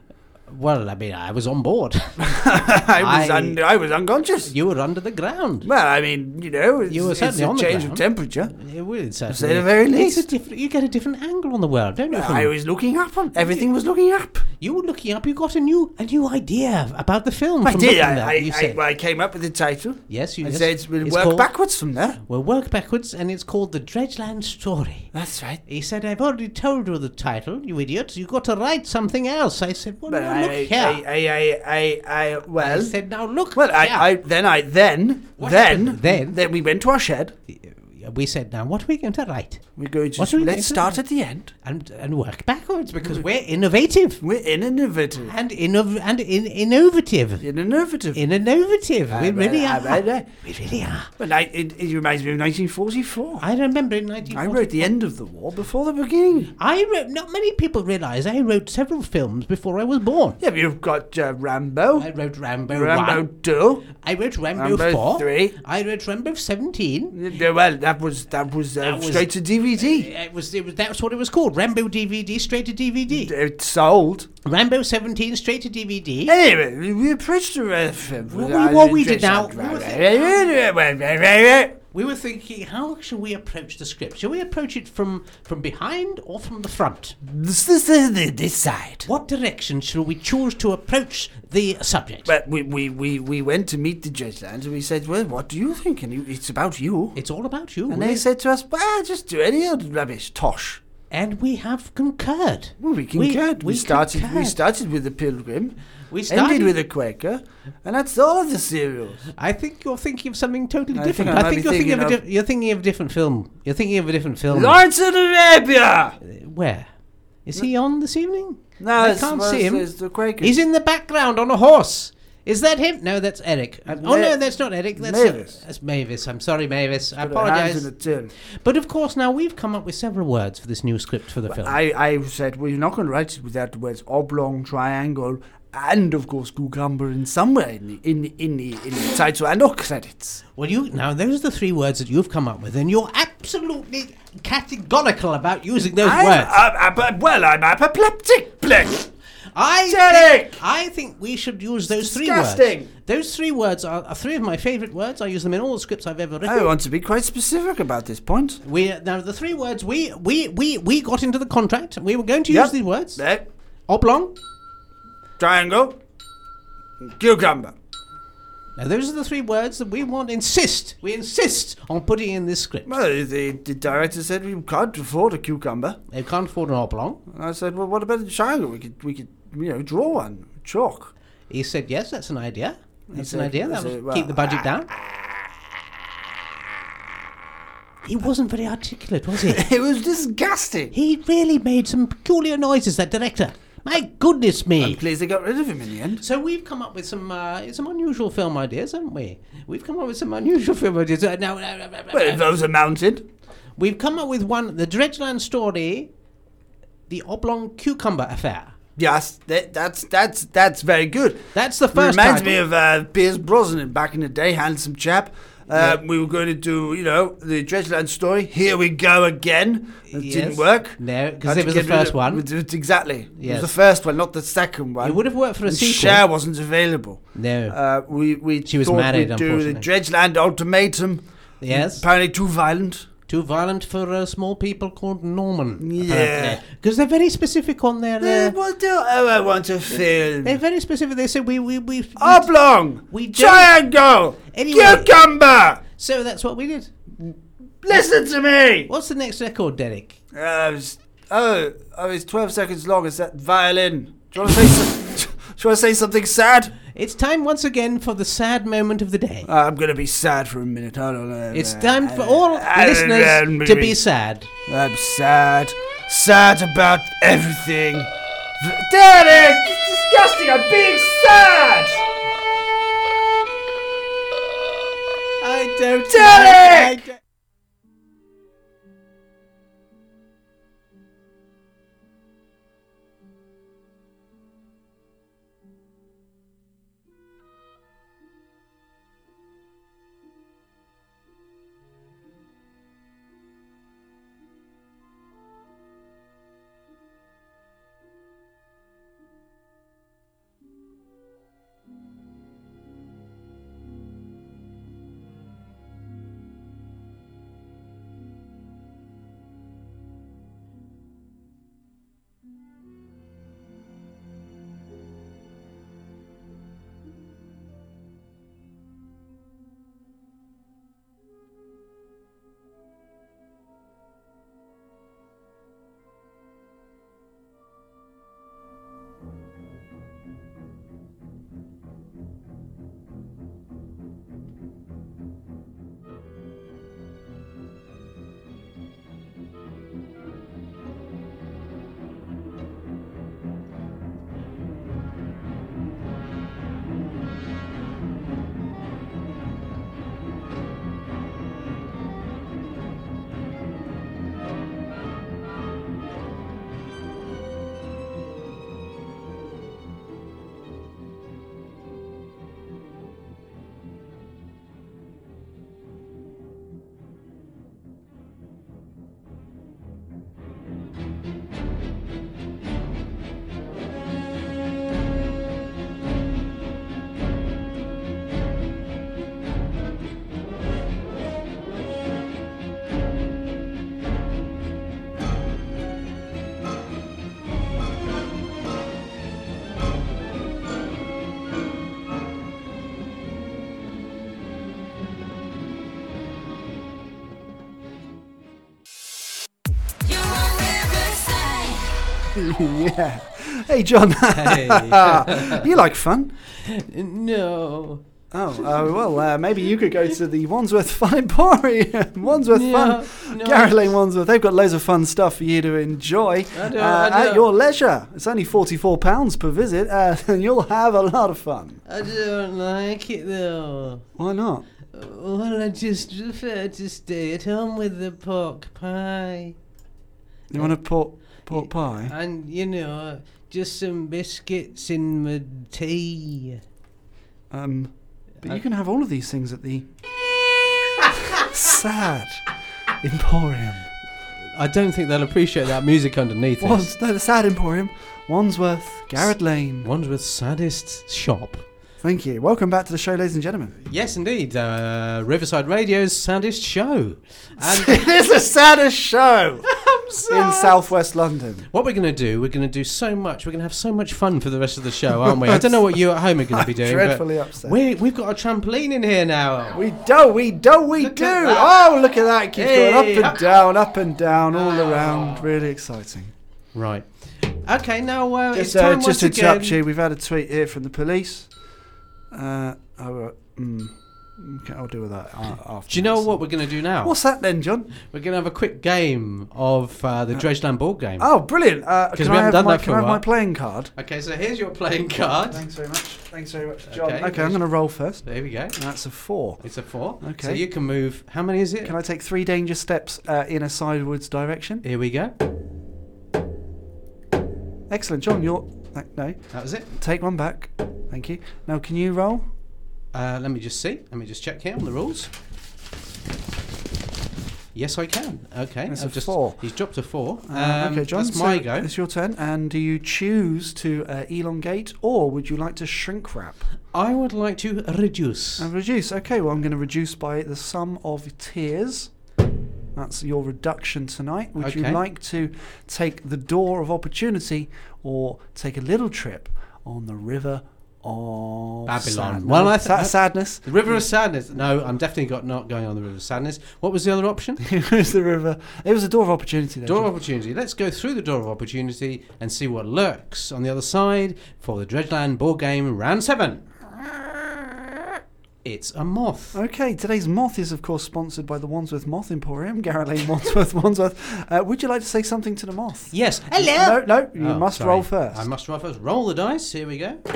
[SPEAKER 1] Well, I mean, I was on board.
[SPEAKER 2] I was
[SPEAKER 1] I-
[SPEAKER 2] un- I was unconscious.
[SPEAKER 1] you were under the ground.
[SPEAKER 2] Well, I mean, you know, it's,
[SPEAKER 1] were
[SPEAKER 2] it's
[SPEAKER 1] certainly
[SPEAKER 2] a
[SPEAKER 1] on the
[SPEAKER 2] change of
[SPEAKER 1] ground.
[SPEAKER 2] temperature.
[SPEAKER 1] It will certainly.
[SPEAKER 2] the very
[SPEAKER 1] It's a
[SPEAKER 2] least.
[SPEAKER 1] different- you get a different angle on the world, don't you? from-
[SPEAKER 2] I was looking up. Everything was looking up.
[SPEAKER 1] you were looking up. You got a new a new idea about the film.
[SPEAKER 2] I
[SPEAKER 1] from
[SPEAKER 2] did.
[SPEAKER 1] looking
[SPEAKER 2] I,
[SPEAKER 1] there,
[SPEAKER 2] I,
[SPEAKER 1] you
[SPEAKER 2] I,
[SPEAKER 1] said.
[SPEAKER 2] well, I came up with the title.
[SPEAKER 1] yes, you
[SPEAKER 2] I
[SPEAKER 1] yes.
[SPEAKER 2] said we'll
[SPEAKER 1] It's
[SPEAKER 2] work
[SPEAKER 1] called-
[SPEAKER 2] backwards from there.
[SPEAKER 1] We'll work backwards, and it's called the Dredgeland Story.
[SPEAKER 2] That's right.
[SPEAKER 1] He said, "I've already told you the title, you idiot. You got to write something else." I said, "Well,
[SPEAKER 2] But
[SPEAKER 1] now
[SPEAKER 2] I,
[SPEAKER 1] look
[SPEAKER 2] I,
[SPEAKER 1] here."
[SPEAKER 2] I, I, I, I,
[SPEAKER 1] I
[SPEAKER 2] well,
[SPEAKER 1] said, "Now look."
[SPEAKER 2] well, I,
[SPEAKER 1] here."
[SPEAKER 2] I, then I, then,
[SPEAKER 1] What
[SPEAKER 2] then,
[SPEAKER 1] happened then?
[SPEAKER 2] then we went to our shed.
[SPEAKER 1] we said, "Now what are we going to write?"
[SPEAKER 2] We're going to
[SPEAKER 1] What are we
[SPEAKER 2] let's
[SPEAKER 1] going to
[SPEAKER 2] start at the end.
[SPEAKER 1] And and work backwards because
[SPEAKER 2] Hmm.
[SPEAKER 1] we're innovative
[SPEAKER 2] We're in innovative.
[SPEAKER 1] and innov- and in- innovative.
[SPEAKER 2] In innovative.
[SPEAKER 1] In innovative, we really
[SPEAKER 2] I,
[SPEAKER 1] are.
[SPEAKER 2] I, I,
[SPEAKER 1] we really are.
[SPEAKER 2] but I, it, it reminds me of 1944. I,
[SPEAKER 1] I remember in 1940.
[SPEAKER 2] wrote the end of the war before the beginning.
[SPEAKER 1] I wrote. Not many people realise I wrote several films before I was born.
[SPEAKER 2] Yeah, but you've got uh, Rambo.
[SPEAKER 1] I wrote Rambo,
[SPEAKER 2] Rambo
[SPEAKER 1] 1.
[SPEAKER 2] 2.
[SPEAKER 1] I wrote Rambo,
[SPEAKER 2] Rambo
[SPEAKER 1] 4.
[SPEAKER 2] 3.
[SPEAKER 1] I wrote Rambo 17.
[SPEAKER 2] Yeah, Well, that was that was, uh,
[SPEAKER 1] That was- Uh,
[SPEAKER 2] straight to DVD.
[SPEAKER 1] It was, it was that's what it was called. Rambo DVD straight to DVD.
[SPEAKER 2] It sold.
[SPEAKER 1] Rambo 17 straight to DVD.
[SPEAKER 2] Anyway, we- we approached the red film.
[SPEAKER 1] Well, we- what we did now-
[SPEAKER 2] Well,
[SPEAKER 1] We were thinking, how should we approach the script? Shall we approach it from from behind or from the front?
[SPEAKER 2] This this is this side.
[SPEAKER 1] What direction shall we choose to approach the subject?
[SPEAKER 2] But we, we, we, we went to meet the Judgelands and we said, Well, what do you think? And he, it's about you.
[SPEAKER 1] it's all about you.
[SPEAKER 2] And
[SPEAKER 1] really.
[SPEAKER 2] they said to us, Well, just do any old rubbish, Tosh.
[SPEAKER 1] and we have concurred.
[SPEAKER 2] Well, we concurred. We, started we
[SPEAKER 1] concurred.
[SPEAKER 2] started with the Pilgrim,
[SPEAKER 1] We
[SPEAKER 2] ended
[SPEAKER 1] started-
[SPEAKER 2] with the Quaker, and that's all of the serials.
[SPEAKER 1] I think you're thinking of something totally
[SPEAKER 2] I
[SPEAKER 1] different.
[SPEAKER 2] think I might
[SPEAKER 1] I
[SPEAKER 2] be
[SPEAKER 1] think, you're thinking,
[SPEAKER 2] thinking
[SPEAKER 1] of, a
[SPEAKER 2] of-
[SPEAKER 1] di- you're thinking of a different film. You're thinking of a different film.
[SPEAKER 2] Lawrence of Arabia!
[SPEAKER 1] Where? Is he on this evening?
[SPEAKER 2] No,
[SPEAKER 1] I
[SPEAKER 2] it's-
[SPEAKER 1] can't
[SPEAKER 2] well,
[SPEAKER 1] see
[SPEAKER 2] it's-
[SPEAKER 1] him.
[SPEAKER 2] it's the Quakers.
[SPEAKER 1] He's in the background on a horse. Is that him? No, that's Eric. Uh, oh
[SPEAKER 2] Ma-
[SPEAKER 1] no, that's not Eric. That's
[SPEAKER 2] Mavis.
[SPEAKER 1] that's Mavis. I'm sorry, Mavis. I
[SPEAKER 2] Put our hands
[SPEAKER 1] apologise.
[SPEAKER 2] in the tin.
[SPEAKER 1] But of course, now we've come up with several words for this new script for the film.
[SPEAKER 2] I, I said, well, you're not going to write it without the words oblong, triangle, and of course, cucumber in somewhere in the in the, in the, in the title and or credits.
[SPEAKER 1] well, you now those are the three words that you've come up with, and you're absolutely categorical about using those
[SPEAKER 2] I'm,
[SPEAKER 1] words.
[SPEAKER 2] uh, uh, but- well, I'm apoplectic, please.
[SPEAKER 1] I
[SPEAKER 2] Derek!
[SPEAKER 1] think, I think we should use those three
[SPEAKER 2] disgusting.
[SPEAKER 1] words. Those three words are, are three of my favourite words. I use them in all the scripts I've ever written.
[SPEAKER 2] I want to be quite specific about this point.
[SPEAKER 1] We now the three words we we we we got into the contract. We were going to
[SPEAKER 2] Yep.
[SPEAKER 1] use these words:
[SPEAKER 2] There.
[SPEAKER 1] oblong.
[SPEAKER 2] Triangle. Cucumber.
[SPEAKER 1] Now those are the three words that we want. Insist. We insist on putting in this script.
[SPEAKER 2] Well, the, the director said we can't afford a cucumber.
[SPEAKER 1] They can't afford an oblong.
[SPEAKER 2] And I said, well, what about a triangle? We could, we could, you know, draw one. Chalk.
[SPEAKER 1] He said, "Yes, that's an idea. That's
[SPEAKER 2] said-
[SPEAKER 1] an idea.
[SPEAKER 2] he
[SPEAKER 1] That
[SPEAKER 2] said,
[SPEAKER 1] will
[SPEAKER 2] well,
[SPEAKER 1] keep the budget down." He wasn't very articulate, was he?
[SPEAKER 2] It was disgusting.
[SPEAKER 1] He really made some peculiar noises, that director. My goodness me.
[SPEAKER 2] I'm pleased they got rid of him in the end.
[SPEAKER 1] So we've come up with some uh, some unusual film ideas, haven't we? We've come up with some unusual film ideas. Uh, now, uh, uh,
[SPEAKER 2] Well,
[SPEAKER 1] uh,
[SPEAKER 2] if those are mounted.
[SPEAKER 1] we've come up with one, the Dredgeland story, the oblong cucumber affair.
[SPEAKER 2] Yes, that, that's that's that's very good.
[SPEAKER 1] That's the first.
[SPEAKER 2] Reminds
[SPEAKER 1] title.
[SPEAKER 2] me of uh, Piers Brosnan back in the day, handsome chap. Uh, We were going to do, you know, the Dredgeland story. Here we go again. It didn't
[SPEAKER 1] Yes.
[SPEAKER 2] work.
[SPEAKER 1] No,
[SPEAKER 2] Had
[SPEAKER 1] because
[SPEAKER 2] to
[SPEAKER 1] it was the
[SPEAKER 2] get rid
[SPEAKER 1] first
[SPEAKER 2] of-
[SPEAKER 1] one.
[SPEAKER 2] it was- Exactly. It was
[SPEAKER 1] Yes.
[SPEAKER 2] the first one, not the second one.
[SPEAKER 1] It would have worked for a
[SPEAKER 2] And
[SPEAKER 1] sequel.
[SPEAKER 2] Cher wasn't available.
[SPEAKER 1] No.
[SPEAKER 2] Uh, we we
[SPEAKER 1] She was
[SPEAKER 2] thought
[SPEAKER 1] married,
[SPEAKER 2] we'd do the
[SPEAKER 1] unfortunately.
[SPEAKER 2] Dredgeland ultimatum.
[SPEAKER 1] Yes.
[SPEAKER 2] Apparently too violent.
[SPEAKER 1] Too violent for uh, small people called Norman.
[SPEAKER 2] Yeah.
[SPEAKER 1] Because they're very specific on their.
[SPEAKER 2] Eh,
[SPEAKER 1] Uh,
[SPEAKER 2] what do oh, I want a film?
[SPEAKER 1] they're very specific. They said we we we. we-
[SPEAKER 2] Ah, Oblong.
[SPEAKER 1] We don't-
[SPEAKER 2] triangle.
[SPEAKER 1] Anyway-
[SPEAKER 2] Cucumber.
[SPEAKER 1] so that's what we did.
[SPEAKER 2] Listen to me.
[SPEAKER 1] What's the next record, Derek?
[SPEAKER 2] Uh, I was- oh, oh, it's 12 seconds long. It's that violin. Do you want to say, so- do you want to say something sad?
[SPEAKER 1] It's time once again for the sad moment of the day.
[SPEAKER 2] Uh, I'm going to be sad for a minute. Hold on. uh,
[SPEAKER 1] It's
[SPEAKER 2] uh,
[SPEAKER 1] time for all
[SPEAKER 2] uh,
[SPEAKER 1] listeners to be sad.
[SPEAKER 2] I'm sad. Sad about everything. V- Derek! It's disgusting. I'm being sad.
[SPEAKER 1] I don't.
[SPEAKER 2] Derek!
[SPEAKER 10] You're on Riverside.
[SPEAKER 2] yeah. Hey, John. you like fun.
[SPEAKER 1] No.
[SPEAKER 2] Oh, uh, well, uh, maybe you could go to the Wandsworth Fun Emporium. Wandsworth
[SPEAKER 1] No,
[SPEAKER 2] Fun.
[SPEAKER 1] no.
[SPEAKER 2] Garrett Lane Wandsworth. They've got loads of fun stuff for you to enjoy
[SPEAKER 1] I do,
[SPEAKER 2] uh,
[SPEAKER 1] I do.
[SPEAKER 2] at your leisure. It's only £44 per visit, uh, and you'll have a lot of fun.
[SPEAKER 1] I don't like it though.
[SPEAKER 2] Why not?
[SPEAKER 1] Well, I just prefer to stay at home with the pork pie.
[SPEAKER 2] You want a pork, pork pie?
[SPEAKER 1] And, you know, just some biscuits in my tea.
[SPEAKER 2] Um, but you can have all of these things at the sad Emporium.
[SPEAKER 1] I don't think they'll appreciate that music underneath it.
[SPEAKER 2] Wands, no, the Sad Emporium, Wandsworth, Garrett Lane.
[SPEAKER 1] Wandsworth's saddest shop.
[SPEAKER 2] Thank you. Welcome back to the show, ladies and gentlemen.
[SPEAKER 1] Yes, indeed. Uh, Riverside Radio's saddest show. And
[SPEAKER 2] it is the saddest show in Southwest London.
[SPEAKER 1] what we're going to do, we're going to do so much. We're going to have so much fun for the rest of the show, aren't we? I don't know what you at home are going to be doing. but
[SPEAKER 2] dreadfully upset.
[SPEAKER 1] We, we've got a trampoline in here now.
[SPEAKER 2] We do, we do, we do.
[SPEAKER 1] at that.
[SPEAKER 2] Oh, look at that. It keeps
[SPEAKER 1] Hey. Oh.
[SPEAKER 2] going up and down, up and down, all around. Really exciting.
[SPEAKER 1] Right. Okay, now uh, it's
[SPEAKER 2] Just, uh,
[SPEAKER 1] time
[SPEAKER 2] just to
[SPEAKER 1] once
[SPEAKER 2] interrupt
[SPEAKER 1] again.
[SPEAKER 2] you, we've had a tweet here from the police. Uh, oh, uh, mm, okay, I'll deal with that a- after.
[SPEAKER 1] Do you know what we're going to do now?
[SPEAKER 2] What's that then, John?
[SPEAKER 1] We're going to have a quick game of uh, the Dredgeland board game.
[SPEAKER 2] Oh, brilliant. Uh, can
[SPEAKER 1] we
[SPEAKER 2] I
[SPEAKER 1] haven't
[SPEAKER 2] have
[SPEAKER 1] done
[SPEAKER 2] my,
[SPEAKER 1] that
[SPEAKER 2] can
[SPEAKER 1] for
[SPEAKER 2] I
[SPEAKER 1] a
[SPEAKER 2] have my
[SPEAKER 1] while.
[SPEAKER 2] playing card?
[SPEAKER 1] Okay, so here's your playing card.
[SPEAKER 2] Thanks very much. Thanks very much, John.
[SPEAKER 1] Okay.
[SPEAKER 2] Okay, I'm going to roll first.
[SPEAKER 1] There we go.
[SPEAKER 2] That's a four.
[SPEAKER 1] It's a four. So
[SPEAKER 2] Okay.
[SPEAKER 1] you can move. How many is it?
[SPEAKER 2] Can I take three danger steps uh, in a sidewards direction?
[SPEAKER 1] Here we go.
[SPEAKER 2] Excellent, John. You're th- no.
[SPEAKER 1] That was it.
[SPEAKER 2] Take one back. Thank you. Now, can you roll?
[SPEAKER 1] Uh, let me just see. Let me just check here on the rules. Yes, I can. Okay.
[SPEAKER 2] That's
[SPEAKER 1] I've
[SPEAKER 2] a
[SPEAKER 1] just,
[SPEAKER 2] four.
[SPEAKER 1] He's dropped a four. Um,
[SPEAKER 2] Uh, okay, John.
[SPEAKER 1] That's
[SPEAKER 2] so
[SPEAKER 1] my go.
[SPEAKER 2] It's your turn. And do you choose to uh, elongate, or would you like to shrink wrap
[SPEAKER 1] I would like to reduce.
[SPEAKER 2] and reduce? Okay. Well, I'm going to reduce by the sum of tears. That's your reduction tonight. Would you
[SPEAKER 1] Okay.
[SPEAKER 2] like to take the door of opportunity, or take a little trip on the river of
[SPEAKER 1] Babylon.
[SPEAKER 2] Sadness?
[SPEAKER 1] Well, I th-
[SPEAKER 2] Sa- sadness.
[SPEAKER 1] the River of Sadness. No, I'm definitely got not going on the River of Sadness. What was the other option?
[SPEAKER 2] it was the river. It was a door of opportunity. There,
[SPEAKER 1] Door of
[SPEAKER 2] John.
[SPEAKER 1] opportunity. Let's go through the door of opportunity and see what lurks on the other side for the Dredgeland board game round seven. It's a moth.
[SPEAKER 2] Okay, today's moth is of course sponsored by the Wandsworth Moth Emporium, Garrett Lane, Wandsworth, Wandsworth. Uh, would you like to say something to the moth?
[SPEAKER 1] Yes.
[SPEAKER 2] Hello. No, no, you
[SPEAKER 1] Oh,
[SPEAKER 2] must
[SPEAKER 1] sorry.
[SPEAKER 2] roll first.
[SPEAKER 1] I must roll first. Roll the dice. Here we go.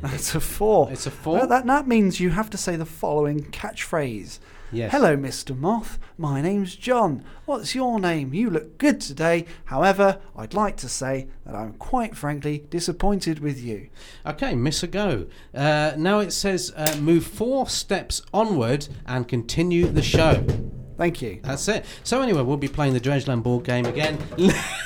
[SPEAKER 2] It's a four.
[SPEAKER 1] It's a four.
[SPEAKER 2] Well, that, that means you have to say the following catchphrase.
[SPEAKER 1] Yes.
[SPEAKER 2] Hello, Mr. Moth. My name's John. What's your name? You look good today. However, I'd like to say that I'm quite frankly disappointed with you.
[SPEAKER 1] Okay, miss a go. Uh, now it says uh, move four steps onward and continue the show.
[SPEAKER 2] Thank you.
[SPEAKER 1] That's it. So anyway, we'll be playing the Dredgeland board game again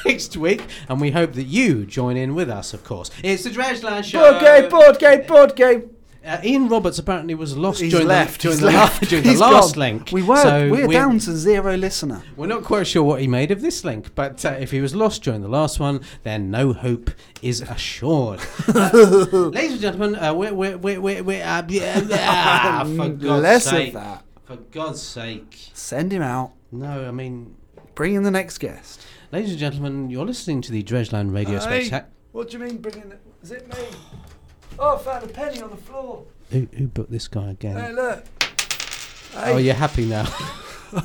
[SPEAKER 1] next week, and we hope that you join in with us. Of course, it's the Dredgeland show.
[SPEAKER 2] Board game, board game, board game.
[SPEAKER 1] Uh, Ian Roberts apparently was lost
[SPEAKER 2] He's
[SPEAKER 1] during
[SPEAKER 2] left.
[SPEAKER 1] the, during
[SPEAKER 2] he's
[SPEAKER 1] the,
[SPEAKER 2] left.
[SPEAKER 1] during the
[SPEAKER 2] He's
[SPEAKER 1] last
[SPEAKER 2] gone.
[SPEAKER 1] link.
[SPEAKER 2] We were.
[SPEAKER 1] So
[SPEAKER 2] we're, down to zero listener.
[SPEAKER 1] We're not quite sure what he made of this link, but uh, if he was lost during the last one, then no hope is assured. Uh, ladies and gentlemen, uh, we're we're we're we're, we're uh, yeah, ah, for God's
[SPEAKER 2] Mm, Less
[SPEAKER 1] sake.
[SPEAKER 2] of that.
[SPEAKER 1] For God's sake.
[SPEAKER 2] Send him out.
[SPEAKER 1] No, I mean,
[SPEAKER 2] Bring in the next guest.
[SPEAKER 1] ladies and gentlemen, you're listening to the Dredgeland Radio Spectac-
[SPEAKER 2] What do you mean bring in? The, is it me? Oh, I found a penny on the floor.
[SPEAKER 1] Who, who booked this guy again?
[SPEAKER 2] Hey, look.
[SPEAKER 1] oh, you're happy now.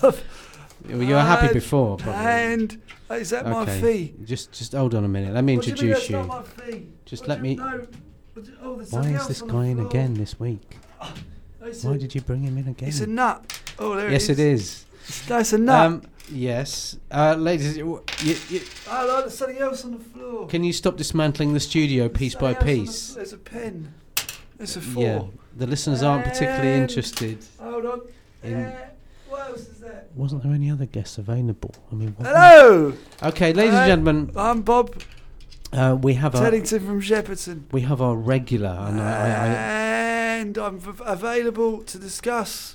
[SPEAKER 1] Well, you were happy
[SPEAKER 2] Uh,
[SPEAKER 1] before, probably.
[SPEAKER 2] And is that my
[SPEAKER 1] Okay.
[SPEAKER 2] fee?
[SPEAKER 1] Just, just hold on a minute. Let me
[SPEAKER 2] What do mean
[SPEAKER 1] introduce
[SPEAKER 2] that's not
[SPEAKER 1] you.
[SPEAKER 2] my fee?
[SPEAKER 1] Just
[SPEAKER 2] What
[SPEAKER 1] let
[SPEAKER 2] do
[SPEAKER 1] me-
[SPEAKER 2] know? What do- oh, there's
[SPEAKER 1] Why
[SPEAKER 2] something
[SPEAKER 1] is
[SPEAKER 2] else
[SPEAKER 1] this
[SPEAKER 2] on the
[SPEAKER 1] guy in
[SPEAKER 2] floor.
[SPEAKER 1] again this week?
[SPEAKER 2] It's
[SPEAKER 1] Why
[SPEAKER 2] a-
[SPEAKER 1] did you bring him in again?
[SPEAKER 2] It's a nut. Oh, there
[SPEAKER 1] yes, it
[SPEAKER 2] it is.
[SPEAKER 1] is.
[SPEAKER 2] That's a nut.
[SPEAKER 1] Um, yes, uh, ladies. You, you,
[SPEAKER 2] oh, look, there's something else on the floor.
[SPEAKER 1] can you stop dismantling the studio piece by
[SPEAKER 2] Something else on the
[SPEAKER 1] piece?
[SPEAKER 2] floor. There's a pen. There's a four.
[SPEAKER 1] Yeah, the listeners aren't particularly
[SPEAKER 2] And-
[SPEAKER 1] interested.
[SPEAKER 2] Hold on.
[SPEAKER 1] In-
[SPEAKER 2] Uh, what else is there?
[SPEAKER 1] Wasn't there any other guests available? I mean, what
[SPEAKER 2] Hello,
[SPEAKER 1] Okay, ladies
[SPEAKER 2] Hello?
[SPEAKER 1] and gentlemen,
[SPEAKER 2] I'm Bob
[SPEAKER 1] uh, we have our
[SPEAKER 2] Teddington from Shepperton.
[SPEAKER 1] we have our regular. And Uh,
[SPEAKER 2] Uh,
[SPEAKER 1] I, I, I,
[SPEAKER 2] And I'm v- available to discuss.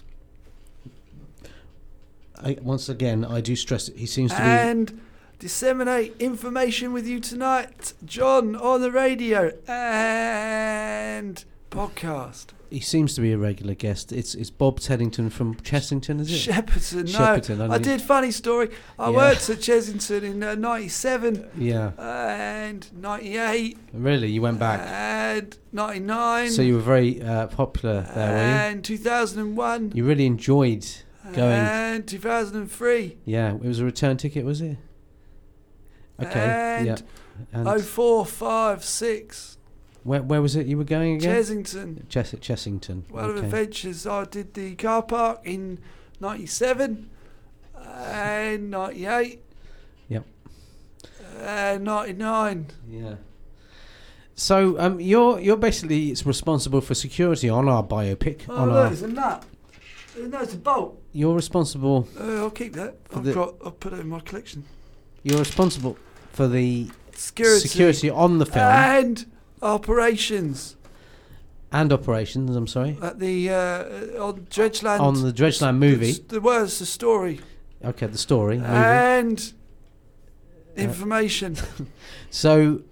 [SPEAKER 1] I, once again, I do stress it. He seems to be.
[SPEAKER 2] And disseminate information with you tonight, John, on the radio and podcast.
[SPEAKER 1] He seems to be a regular guest. It's it's Bob Teddington from Chessington, is it?
[SPEAKER 2] Shepperton, no.
[SPEAKER 1] Shepperton, I
[SPEAKER 2] I
[SPEAKER 1] knew-
[SPEAKER 2] did, funny story. I
[SPEAKER 1] Yeah.
[SPEAKER 2] worked at Chesington in uh, 97
[SPEAKER 1] yeah,
[SPEAKER 2] and 98
[SPEAKER 1] really. You went back,
[SPEAKER 2] and 99
[SPEAKER 1] so you were very uh, popular there,
[SPEAKER 2] and 2001
[SPEAKER 1] were you? You really enjoyed going.
[SPEAKER 2] and 2003
[SPEAKER 1] Yeah, it was a return ticket, was it? Okay.
[SPEAKER 2] And
[SPEAKER 1] yeah. And
[SPEAKER 2] oh four five six
[SPEAKER 1] where where was it you were going again?
[SPEAKER 2] Chesington
[SPEAKER 1] Chess- Chessington.
[SPEAKER 2] World of
[SPEAKER 1] okay.
[SPEAKER 2] Adventures I did the car park in 97 and 98
[SPEAKER 1] Yep.
[SPEAKER 2] and 99
[SPEAKER 1] Yeah. So um, you're you're basically it's responsible for security on our biopic.
[SPEAKER 2] oh
[SPEAKER 1] on
[SPEAKER 2] no
[SPEAKER 1] our,
[SPEAKER 2] it's a nut no it's a bolt
[SPEAKER 1] you're responsible.
[SPEAKER 2] uh, I'll keep that I've
[SPEAKER 1] the-
[SPEAKER 2] got I'll put it in my collection
[SPEAKER 1] You're responsible for the
[SPEAKER 2] Security, Uh-huh.
[SPEAKER 1] security on the film
[SPEAKER 2] and operations
[SPEAKER 1] and operations. I'm sorry
[SPEAKER 2] at the uh, on Dredgeland.
[SPEAKER 1] on the Dredgeland movie.
[SPEAKER 2] The, the words, the story,
[SPEAKER 1] Okay, the story.
[SPEAKER 2] Uh-huh.
[SPEAKER 1] movie. Uh,
[SPEAKER 2] and information.
[SPEAKER 1] So,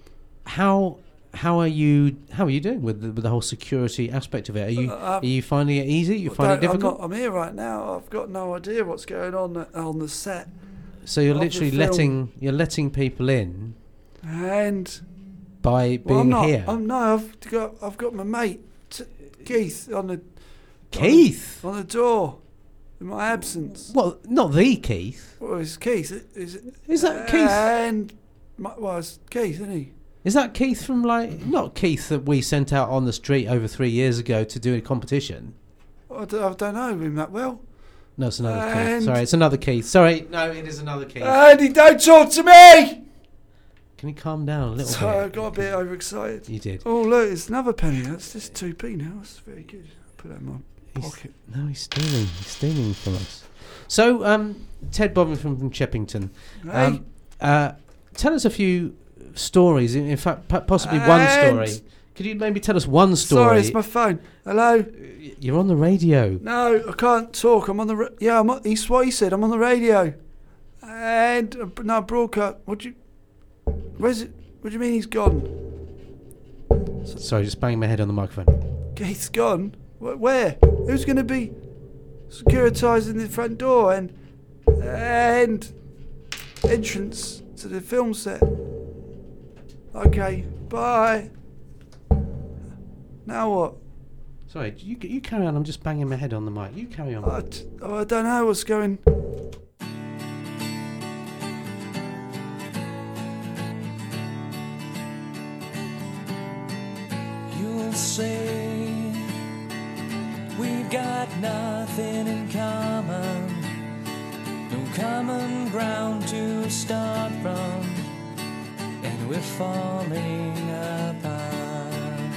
[SPEAKER 1] how how are you how are you doing with the, with the whole security aspect of it? Are you
[SPEAKER 2] Uh,
[SPEAKER 1] are you finding it easy? You
[SPEAKER 2] I
[SPEAKER 1] find it
[SPEAKER 2] don't- I'm,
[SPEAKER 1] difficult?
[SPEAKER 2] not, I'm here right now. I've got no idea what's going on uh, on the set.
[SPEAKER 1] so you're
[SPEAKER 2] of the
[SPEAKER 1] literally
[SPEAKER 2] film.
[SPEAKER 1] letting you're letting people in
[SPEAKER 2] And
[SPEAKER 1] by being
[SPEAKER 2] well, I'm not.
[SPEAKER 1] here.
[SPEAKER 2] I'm no. I've got. I've got my mate T- Keith on the
[SPEAKER 1] Keith.
[SPEAKER 2] on the door in my absence.
[SPEAKER 1] Well, not the Keith.
[SPEAKER 2] Well, it's Keith. Is it?
[SPEAKER 1] Is that Keith?
[SPEAKER 2] And my, well, it's Keith, isn't he?
[SPEAKER 1] Is that Keith from like not Keith that we sent out on the street over three years ago to do a competition?
[SPEAKER 2] I don't, I don't know him that well.
[SPEAKER 1] No, it's another
[SPEAKER 2] And- Uh,
[SPEAKER 1] Keith. Sorry, it's another Keith. Sorry, no, it is another Keith.
[SPEAKER 2] Andy, don't talk to me.
[SPEAKER 1] Can you calm down a little
[SPEAKER 2] So I
[SPEAKER 1] bit?
[SPEAKER 2] got a bit overexcited.
[SPEAKER 1] You did.
[SPEAKER 2] Oh look, it's another penny. That's just two p now. That's very good. Put that in my
[SPEAKER 1] He's-
[SPEAKER 2] pocket.
[SPEAKER 1] No, he's stealing. He's stealing from us. So, um, Ted Bobbin from, from Cheppington.
[SPEAKER 2] Hey,
[SPEAKER 1] Um, uh, tell us a few stories. In, in fact, po- possibly one
[SPEAKER 2] And-
[SPEAKER 1] story. Could you maybe tell us one
[SPEAKER 2] sorry,
[SPEAKER 1] story?
[SPEAKER 2] it's my phone. Hello.
[SPEAKER 1] Y- You're on the radio.
[SPEAKER 2] No, I can't talk. I'm on the. Ra- yeah, I'm. On, he's what he said. I'm on the radio. And uh, b- no broadcast. What do you? Where's it? What do you mean he's gone?
[SPEAKER 1] Sorry, just banging my head on the microphone.
[SPEAKER 2] Keith's gone. Wh- Where? Who's going to be securitizing the front door and and entrance to the film set? Okay, bye. Now what?
[SPEAKER 1] Sorry, you c- you carry on. I'm just banging my head on the mic. You carry on.
[SPEAKER 2] I, t- oh, I don't know what's going.
[SPEAKER 8] You'll say we've got nothing in common, no common ground to start from, and we're falling apart.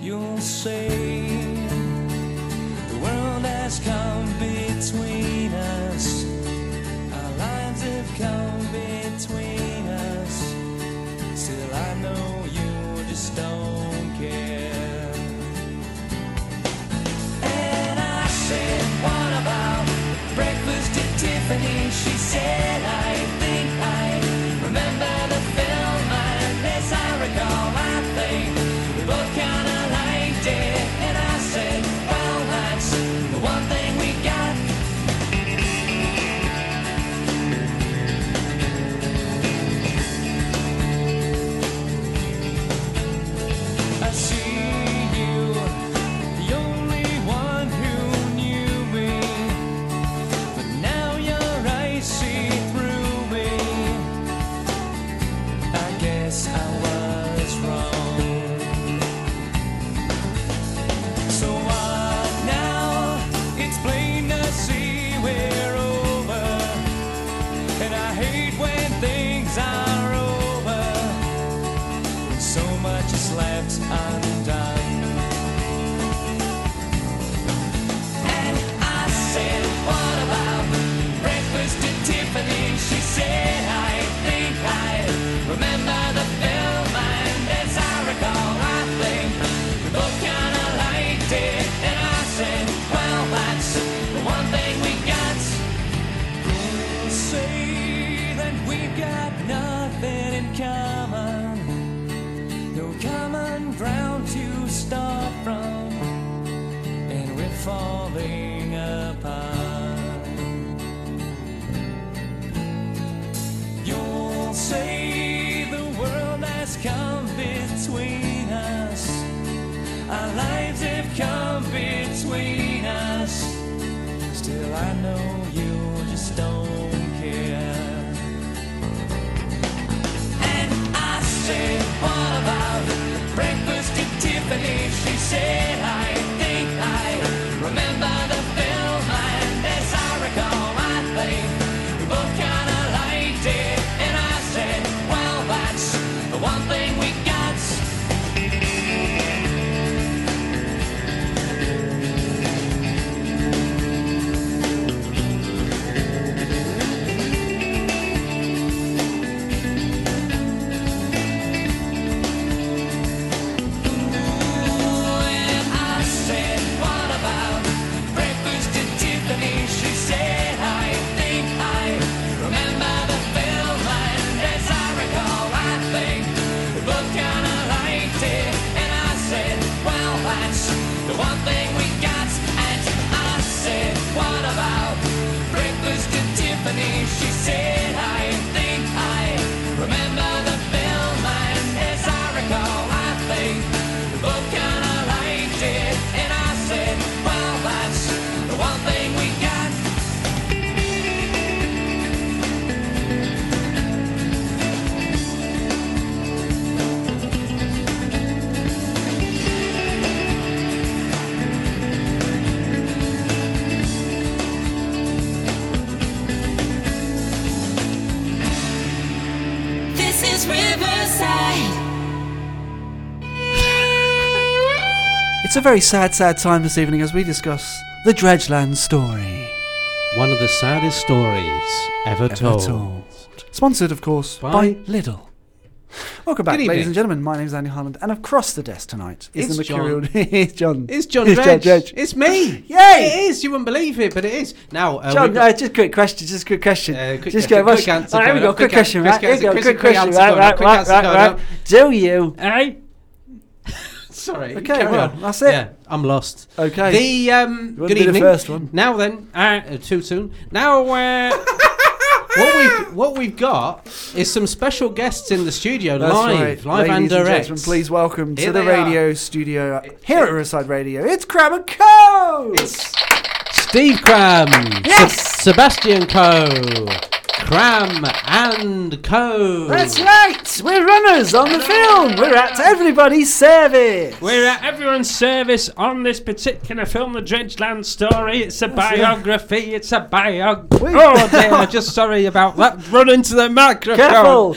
[SPEAKER 8] You'll say the world has come between us, our lives have come between us. Still, I know you just don't care. And I said, What about breakfast at Tiffany? She said, I think I remember the film. Unless I recall, I think we both kinda liked it. And I said, Well, that's the one thing we got. I see you, the only one who knew me. But now your eyes see through me. I guess I was wrong. So what now? It's plain to see we're over. And I hate when things are over so much is left undone. And I said, What about breakfast at Tiffany? She said, I think I remember the film, and as I recall, I think we both kinda liked it. And I said, Well, that's the one thing we got. You'll say that we've got nothing in common no common ground to start from, and we're falling apart. You'll say the world has come between us, our lives have come between us. Still, I know you just don't care. And I said, what about breakfast at Tiffany? She said, I think I remember the film. And as I recall, I think we both kind of liked it. And I said, well, that's the one thing we got.
[SPEAKER 2] It's a very sad, sad time this evening as we discuss the Dredgeland story.
[SPEAKER 1] One of the saddest stories ever,
[SPEAKER 2] Ever
[SPEAKER 1] told.
[SPEAKER 2] Sponsored, of course, by,
[SPEAKER 1] By-
[SPEAKER 2] Lidl. Welcome back,
[SPEAKER 1] Good
[SPEAKER 2] ladies
[SPEAKER 1] evening.
[SPEAKER 2] and gentlemen. My name is Andy Harland, and across the desk tonight is
[SPEAKER 1] It's
[SPEAKER 2] the mercurial. it's John.
[SPEAKER 1] It's John
[SPEAKER 2] It's
[SPEAKER 1] it's
[SPEAKER 2] John Dredge.
[SPEAKER 1] It's me.
[SPEAKER 2] Yay!
[SPEAKER 1] It is. You wouldn't believe it, but it is. Now, uh,
[SPEAKER 2] John,
[SPEAKER 1] we've got-
[SPEAKER 2] uh, just a quick question. Just a quick question.
[SPEAKER 1] Uh, quick
[SPEAKER 2] just
[SPEAKER 1] question,
[SPEAKER 2] go,
[SPEAKER 1] quick answer,
[SPEAKER 2] Right, here we
[SPEAKER 1] go
[SPEAKER 2] go.
[SPEAKER 1] on,
[SPEAKER 2] Quick
[SPEAKER 1] quick
[SPEAKER 2] question.
[SPEAKER 1] answer,
[SPEAKER 2] Right, here we go.
[SPEAKER 1] quick
[SPEAKER 2] Quick question.
[SPEAKER 1] question, quick
[SPEAKER 2] Right,
[SPEAKER 1] answer,
[SPEAKER 2] right,
[SPEAKER 1] quick
[SPEAKER 2] right,
[SPEAKER 1] answer,
[SPEAKER 2] right,
[SPEAKER 1] go on,
[SPEAKER 2] right. Do you?
[SPEAKER 4] Hey,
[SPEAKER 1] sorry.
[SPEAKER 2] Okay,
[SPEAKER 1] carry
[SPEAKER 2] well,
[SPEAKER 1] on.
[SPEAKER 2] that's it.
[SPEAKER 1] Yeah, I'm lost.
[SPEAKER 2] Okay.
[SPEAKER 1] The um,
[SPEAKER 2] You wanna
[SPEAKER 1] good
[SPEAKER 2] be the
[SPEAKER 1] evening.
[SPEAKER 2] first one?
[SPEAKER 1] Now then,
[SPEAKER 4] uh,
[SPEAKER 1] uh, too soon. Now, uh, what we what we've got is some special guests in the studio,
[SPEAKER 2] That's
[SPEAKER 1] live,
[SPEAKER 2] right.
[SPEAKER 1] live
[SPEAKER 2] Ladies
[SPEAKER 1] and direct.
[SPEAKER 2] gentlemen, please welcome
[SPEAKER 1] Here
[SPEAKER 2] to the
[SPEAKER 1] they are.
[SPEAKER 2] radio studio uh, here at Riverside Radio. It's Crab and Co.
[SPEAKER 1] Steve Cram,
[SPEAKER 2] Yes!
[SPEAKER 1] Sebastian Co, Cram and Co.
[SPEAKER 2] That's right. We're runners on the film. We're at everybody's service.
[SPEAKER 4] we're at everyone's service on this particular film, The Dredgeland Story. It's a biography. It's a biog.
[SPEAKER 2] Wait.
[SPEAKER 4] Oh dear! Just sorry about that. Run into the microphone.
[SPEAKER 2] Careful.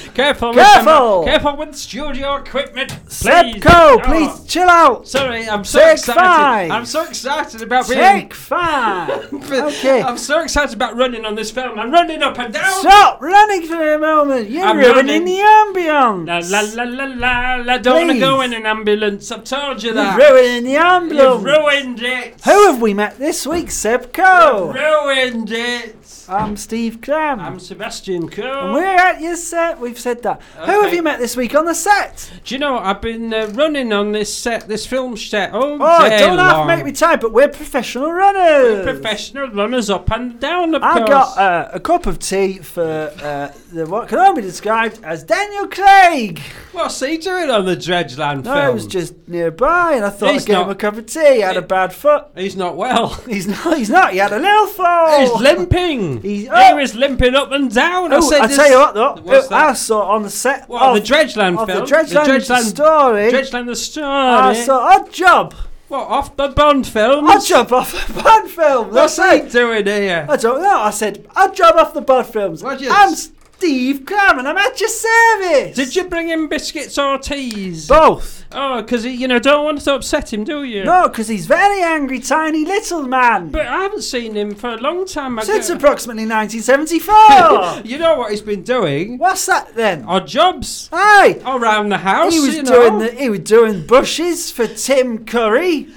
[SPEAKER 2] Careful.
[SPEAKER 4] Careful. With the, mi- careful with studio equipment. Please.
[SPEAKER 2] Sebco,
[SPEAKER 4] Oh,
[SPEAKER 2] please chill out.
[SPEAKER 4] Sorry, I'm so
[SPEAKER 2] Take
[SPEAKER 4] excited.
[SPEAKER 2] five.
[SPEAKER 4] I'm so excited about being
[SPEAKER 2] Take five. okay.
[SPEAKER 4] I'm so excited about running on this film. I'm running up and down.
[SPEAKER 2] Stop running for a moment. You're
[SPEAKER 4] I'm
[SPEAKER 2] ruining
[SPEAKER 4] running.
[SPEAKER 2] the ambience.
[SPEAKER 4] La la la la la la. Don't want to
[SPEAKER 2] Please.
[SPEAKER 4] go in an ambulance. I've told you
[SPEAKER 2] You're
[SPEAKER 4] that.
[SPEAKER 2] ruining the
[SPEAKER 4] You've
[SPEAKER 2] ambience.
[SPEAKER 4] ruined it.
[SPEAKER 2] Who have we met this week, Sebco?
[SPEAKER 4] Ruined it.
[SPEAKER 2] I'm Steve Cram.
[SPEAKER 4] I'm Sebastian
[SPEAKER 2] And
[SPEAKER 4] Coe.
[SPEAKER 2] we're at your set. We've said that. Who have
[SPEAKER 4] Okay.
[SPEAKER 2] you met this week on the set?
[SPEAKER 4] Do you know I've been uh, running on this set, this film set all
[SPEAKER 2] Oh,
[SPEAKER 4] day
[SPEAKER 2] don't
[SPEAKER 4] long.
[SPEAKER 2] laugh, make me tired, but we're professional runners.
[SPEAKER 4] Professional runners up and down. Of
[SPEAKER 2] I
[SPEAKER 4] course.
[SPEAKER 2] got uh, a cup of tea for uh, the what can only be described as Daniel Craig.
[SPEAKER 4] What's he doing on the Dredgeland
[SPEAKER 2] No,
[SPEAKER 4] film?
[SPEAKER 2] it was just nearby, and I thought
[SPEAKER 4] He's
[SPEAKER 2] I'd give
[SPEAKER 4] not-
[SPEAKER 2] him a cup of tea. He had a
[SPEAKER 4] He-
[SPEAKER 2] bad foot.
[SPEAKER 4] He's not well.
[SPEAKER 2] He's not. He's not. He had a little fall.
[SPEAKER 4] He's limping.
[SPEAKER 2] He's-
[SPEAKER 4] He
[SPEAKER 2] oh.
[SPEAKER 4] was limping up and down.
[SPEAKER 2] Oh,
[SPEAKER 4] I said
[SPEAKER 2] I
[SPEAKER 4] this-
[SPEAKER 2] tell you what, though,
[SPEAKER 4] What's
[SPEAKER 2] I
[SPEAKER 4] that?
[SPEAKER 2] saw on the set
[SPEAKER 4] What,
[SPEAKER 2] of
[SPEAKER 4] the Dredgeland
[SPEAKER 2] of the
[SPEAKER 4] film?
[SPEAKER 2] Dredgeland, story.
[SPEAKER 4] Dredgeland the story. eh?
[SPEAKER 2] I saw Odd Job.
[SPEAKER 4] What, off the Bond films?
[SPEAKER 2] Odd Job off a Bond film.
[SPEAKER 4] What's
[SPEAKER 2] That's
[SPEAKER 4] he
[SPEAKER 2] right.
[SPEAKER 4] doing here?
[SPEAKER 2] I don't know. I said Odd Job off the Bond films.
[SPEAKER 1] What'd you-
[SPEAKER 2] I'm Steve Cram, and I'm at your service.
[SPEAKER 4] Did you bring him biscuits or teas?
[SPEAKER 2] both?
[SPEAKER 4] Oh, 'cause he you know, don't want to upset him, do you?
[SPEAKER 2] No, because he's very angry, tiny little man.
[SPEAKER 4] But I haven't seen him for a long time. I
[SPEAKER 2] Since
[SPEAKER 4] go-
[SPEAKER 2] approximately 1974.
[SPEAKER 4] You know what he's been doing?
[SPEAKER 2] What's that then?
[SPEAKER 4] Our jobs
[SPEAKER 2] Hi.
[SPEAKER 4] around the house.
[SPEAKER 2] He was
[SPEAKER 4] you
[SPEAKER 2] doing
[SPEAKER 4] know.
[SPEAKER 2] the, he was doing bushes for Tim Curry.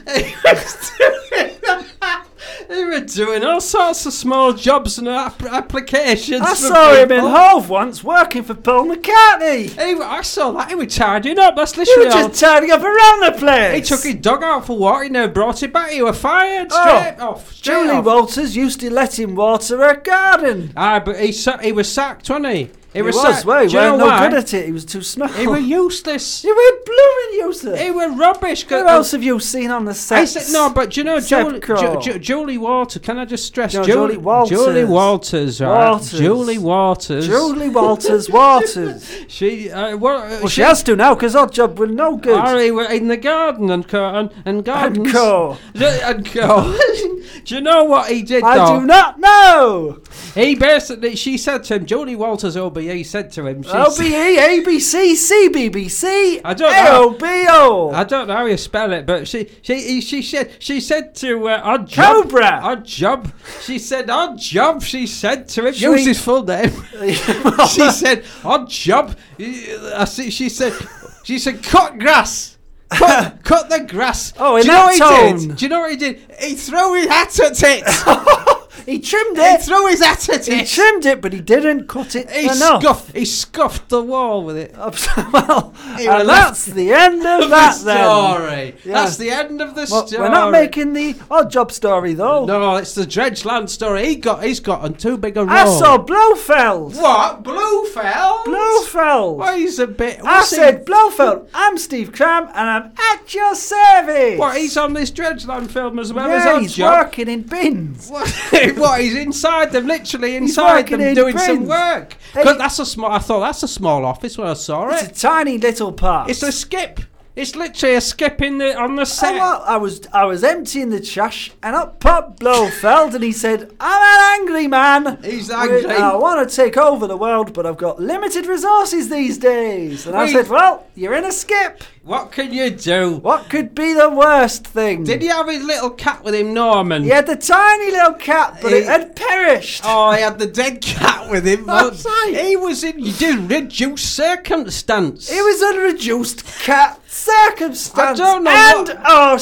[SPEAKER 4] They were doing all sorts of small jobs and app- applications.
[SPEAKER 2] I
[SPEAKER 4] for
[SPEAKER 2] saw him in
[SPEAKER 4] people.
[SPEAKER 2] Hove once working for Paul McCartney.
[SPEAKER 4] He, wa- I saw that. He was tidying up. That's
[SPEAKER 2] He
[SPEAKER 4] literally
[SPEAKER 2] was
[SPEAKER 4] all.
[SPEAKER 2] just turning up around the place.
[SPEAKER 4] He took his dog out for water. He never brought it back. He were fired
[SPEAKER 2] Oh.
[SPEAKER 4] straight off. Straight
[SPEAKER 2] Julie
[SPEAKER 4] off.
[SPEAKER 2] Walters used to let him water her garden.
[SPEAKER 4] Ah, but he sa- he was sacked, wasn't he? He,
[SPEAKER 2] He was,
[SPEAKER 4] sacked.
[SPEAKER 2] well,
[SPEAKER 4] Do
[SPEAKER 2] he
[SPEAKER 4] you know
[SPEAKER 2] weren't no
[SPEAKER 4] why?
[SPEAKER 2] good at it. He was too small.
[SPEAKER 4] He were useless.
[SPEAKER 2] He were blooming useless.
[SPEAKER 4] he were rubbish. 'cause-
[SPEAKER 2] Who else have you seen on the set?
[SPEAKER 4] I said no, but do you know Julie,
[SPEAKER 2] Seb
[SPEAKER 4] Ju-
[SPEAKER 2] Crow.
[SPEAKER 4] Ju- Julie Walters? Can I just stress
[SPEAKER 2] No,
[SPEAKER 4] Ju-
[SPEAKER 2] Julie Walters.
[SPEAKER 4] Julie Walters, right?
[SPEAKER 2] Walters.
[SPEAKER 4] Julie Walters.
[SPEAKER 2] Julie Walters Waters.
[SPEAKER 4] She uh, what? uh,
[SPEAKER 2] Well, she has to now because odd job was no good.
[SPEAKER 4] Ari were in the garden and co- and, and
[SPEAKER 2] and
[SPEAKER 4] gardens
[SPEAKER 2] co.
[SPEAKER 4] Ju- and co. do you know what he did?
[SPEAKER 2] I
[SPEAKER 4] though?
[SPEAKER 2] do not know.
[SPEAKER 4] He basically, she said to him, Julie Walters OBE said to him, she said-
[SPEAKER 2] LBE, ABC, CBBC,
[SPEAKER 4] I don't know.
[SPEAKER 2] AOBO.
[SPEAKER 4] I don't know how you spell it, but she she he- she said she said to uh, odd job,
[SPEAKER 2] Cobra.
[SPEAKER 4] odd job. She said odd job. She said to him,
[SPEAKER 2] Shall
[SPEAKER 4] use
[SPEAKER 2] we-
[SPEAKER 4] his full name. she said odd job. I see. She said she said cut grass. Cut, cut the grass.
[SPEAKER 2] Oh, in
[SPEAKER 4] Do you know
[SPEAKER 2] that
[SPEAKER 4] what he
[SPEAKER 2] tone.
[SPEAKER 4] did? Do you know what he did? He threw his hat at it.
[SPEAKER 2] he trimmed
[SPEAKER 4] he
[SPEAKER 2] it.
[SPEAKER 4] threw his hat at
[SPEAKER 2] He
[SPEAKER 4] it.
[SPEAKER 2] trimmed it, but he didn't cut it
[SPEAKER 4] He
[SPEAKER 2] enough.
[SPEAKER 4] scuffed. He scuffed the wall with it.
[SPEAKER 2] well,
[SPEAKER 4] were
[SPEAKER 2] and that's the end of that then.
[SPEAKER 4] Sorry.
[SPEAKER 2] Yeah.
[SPEAKER 4] That's the end of the
[SPEAKER 2] Well,
[SPEAKER 4] story.
[SPEAKER 2] we're not making the odd job story though.
[SPEAKER 4] No, it's the Dredgeland story. He got, he's gotten too big a role.
[SPEAKER 2] I saw Blofeld.
[SPEAKER 4] what Blofeld?
[SPEAKER 2] Blofeld.
[SPEAKER 4] Why he's a bit.
[SPEAKER 2] I
[SPEAKER 4] what's he-
[SPEAKER 2] said Blofeld. I'm Steve Cram, and I'm at your service.
[SPEAKER 4] What he's on this Dredgeland film as well as
[SPEAKER 2] yeah,
[SPEAKER 4] on
[SPEAKER 2] he's
[SPEAKER 4] job.
[SPEAKER 2] working in bins.
[SPEAKER 4] What, what he's inside them, literally inside
[SPEAKER 2] working
[SPEAKER 4] them,
[SPEAKER 2] in
[SPEAKER 4] doing some
[SPEAKER 2] print.
[SPEAKER 4] work.
[SPEAKER 2] Hey.
[SPEAKER 4] Because that's a small. I thought that's a small office when I saw
[SPEAKER 2] It's a
[SPEAKER 4] it.
[SPEAKER 2] tiny little part.
[SPEAKER 4] It's a skip. It's literally a skip in the on the
[SPEAKER 2] And
[SPEAKER 4] set.
[SPEAKER 2] well, I was I was emptying the trash, and up popped Blofeld, and he said, "I'm an angry man.
[SPEAKER 4] He's
[SPEAKER 2] We-
[SPEAKER 4] angry.
[SPEAKER 2] I want to take over the world, but I've got limited resources these days." And I
[SPEAKER 4] We-
[SPEAKER 2] said, "Well, you're in a skip."
[SPEAKER 1] What can you do?
[SPEAKER 2] What could be the worst thing?
[SPEAKER 1] Did he have his little cat with him, Norman?
[SPEAKER 2] He had the tiny little cat, but it
[SPEAKER 1] He-
[SPEAKER 2] had perished.
[SPEAKER 1] Oh, he had the dead cat with him.
[SPEAKER 2] That's right.
[SPEAKER 1] He was in you did reduced circumstance.
[SPEAKER 2] It was a reduced cat circumstance
[SPEAKER 1] I don't know
[SPEAKER 2] and
[SPEAKER 1] what-
[SPEAKER 2] our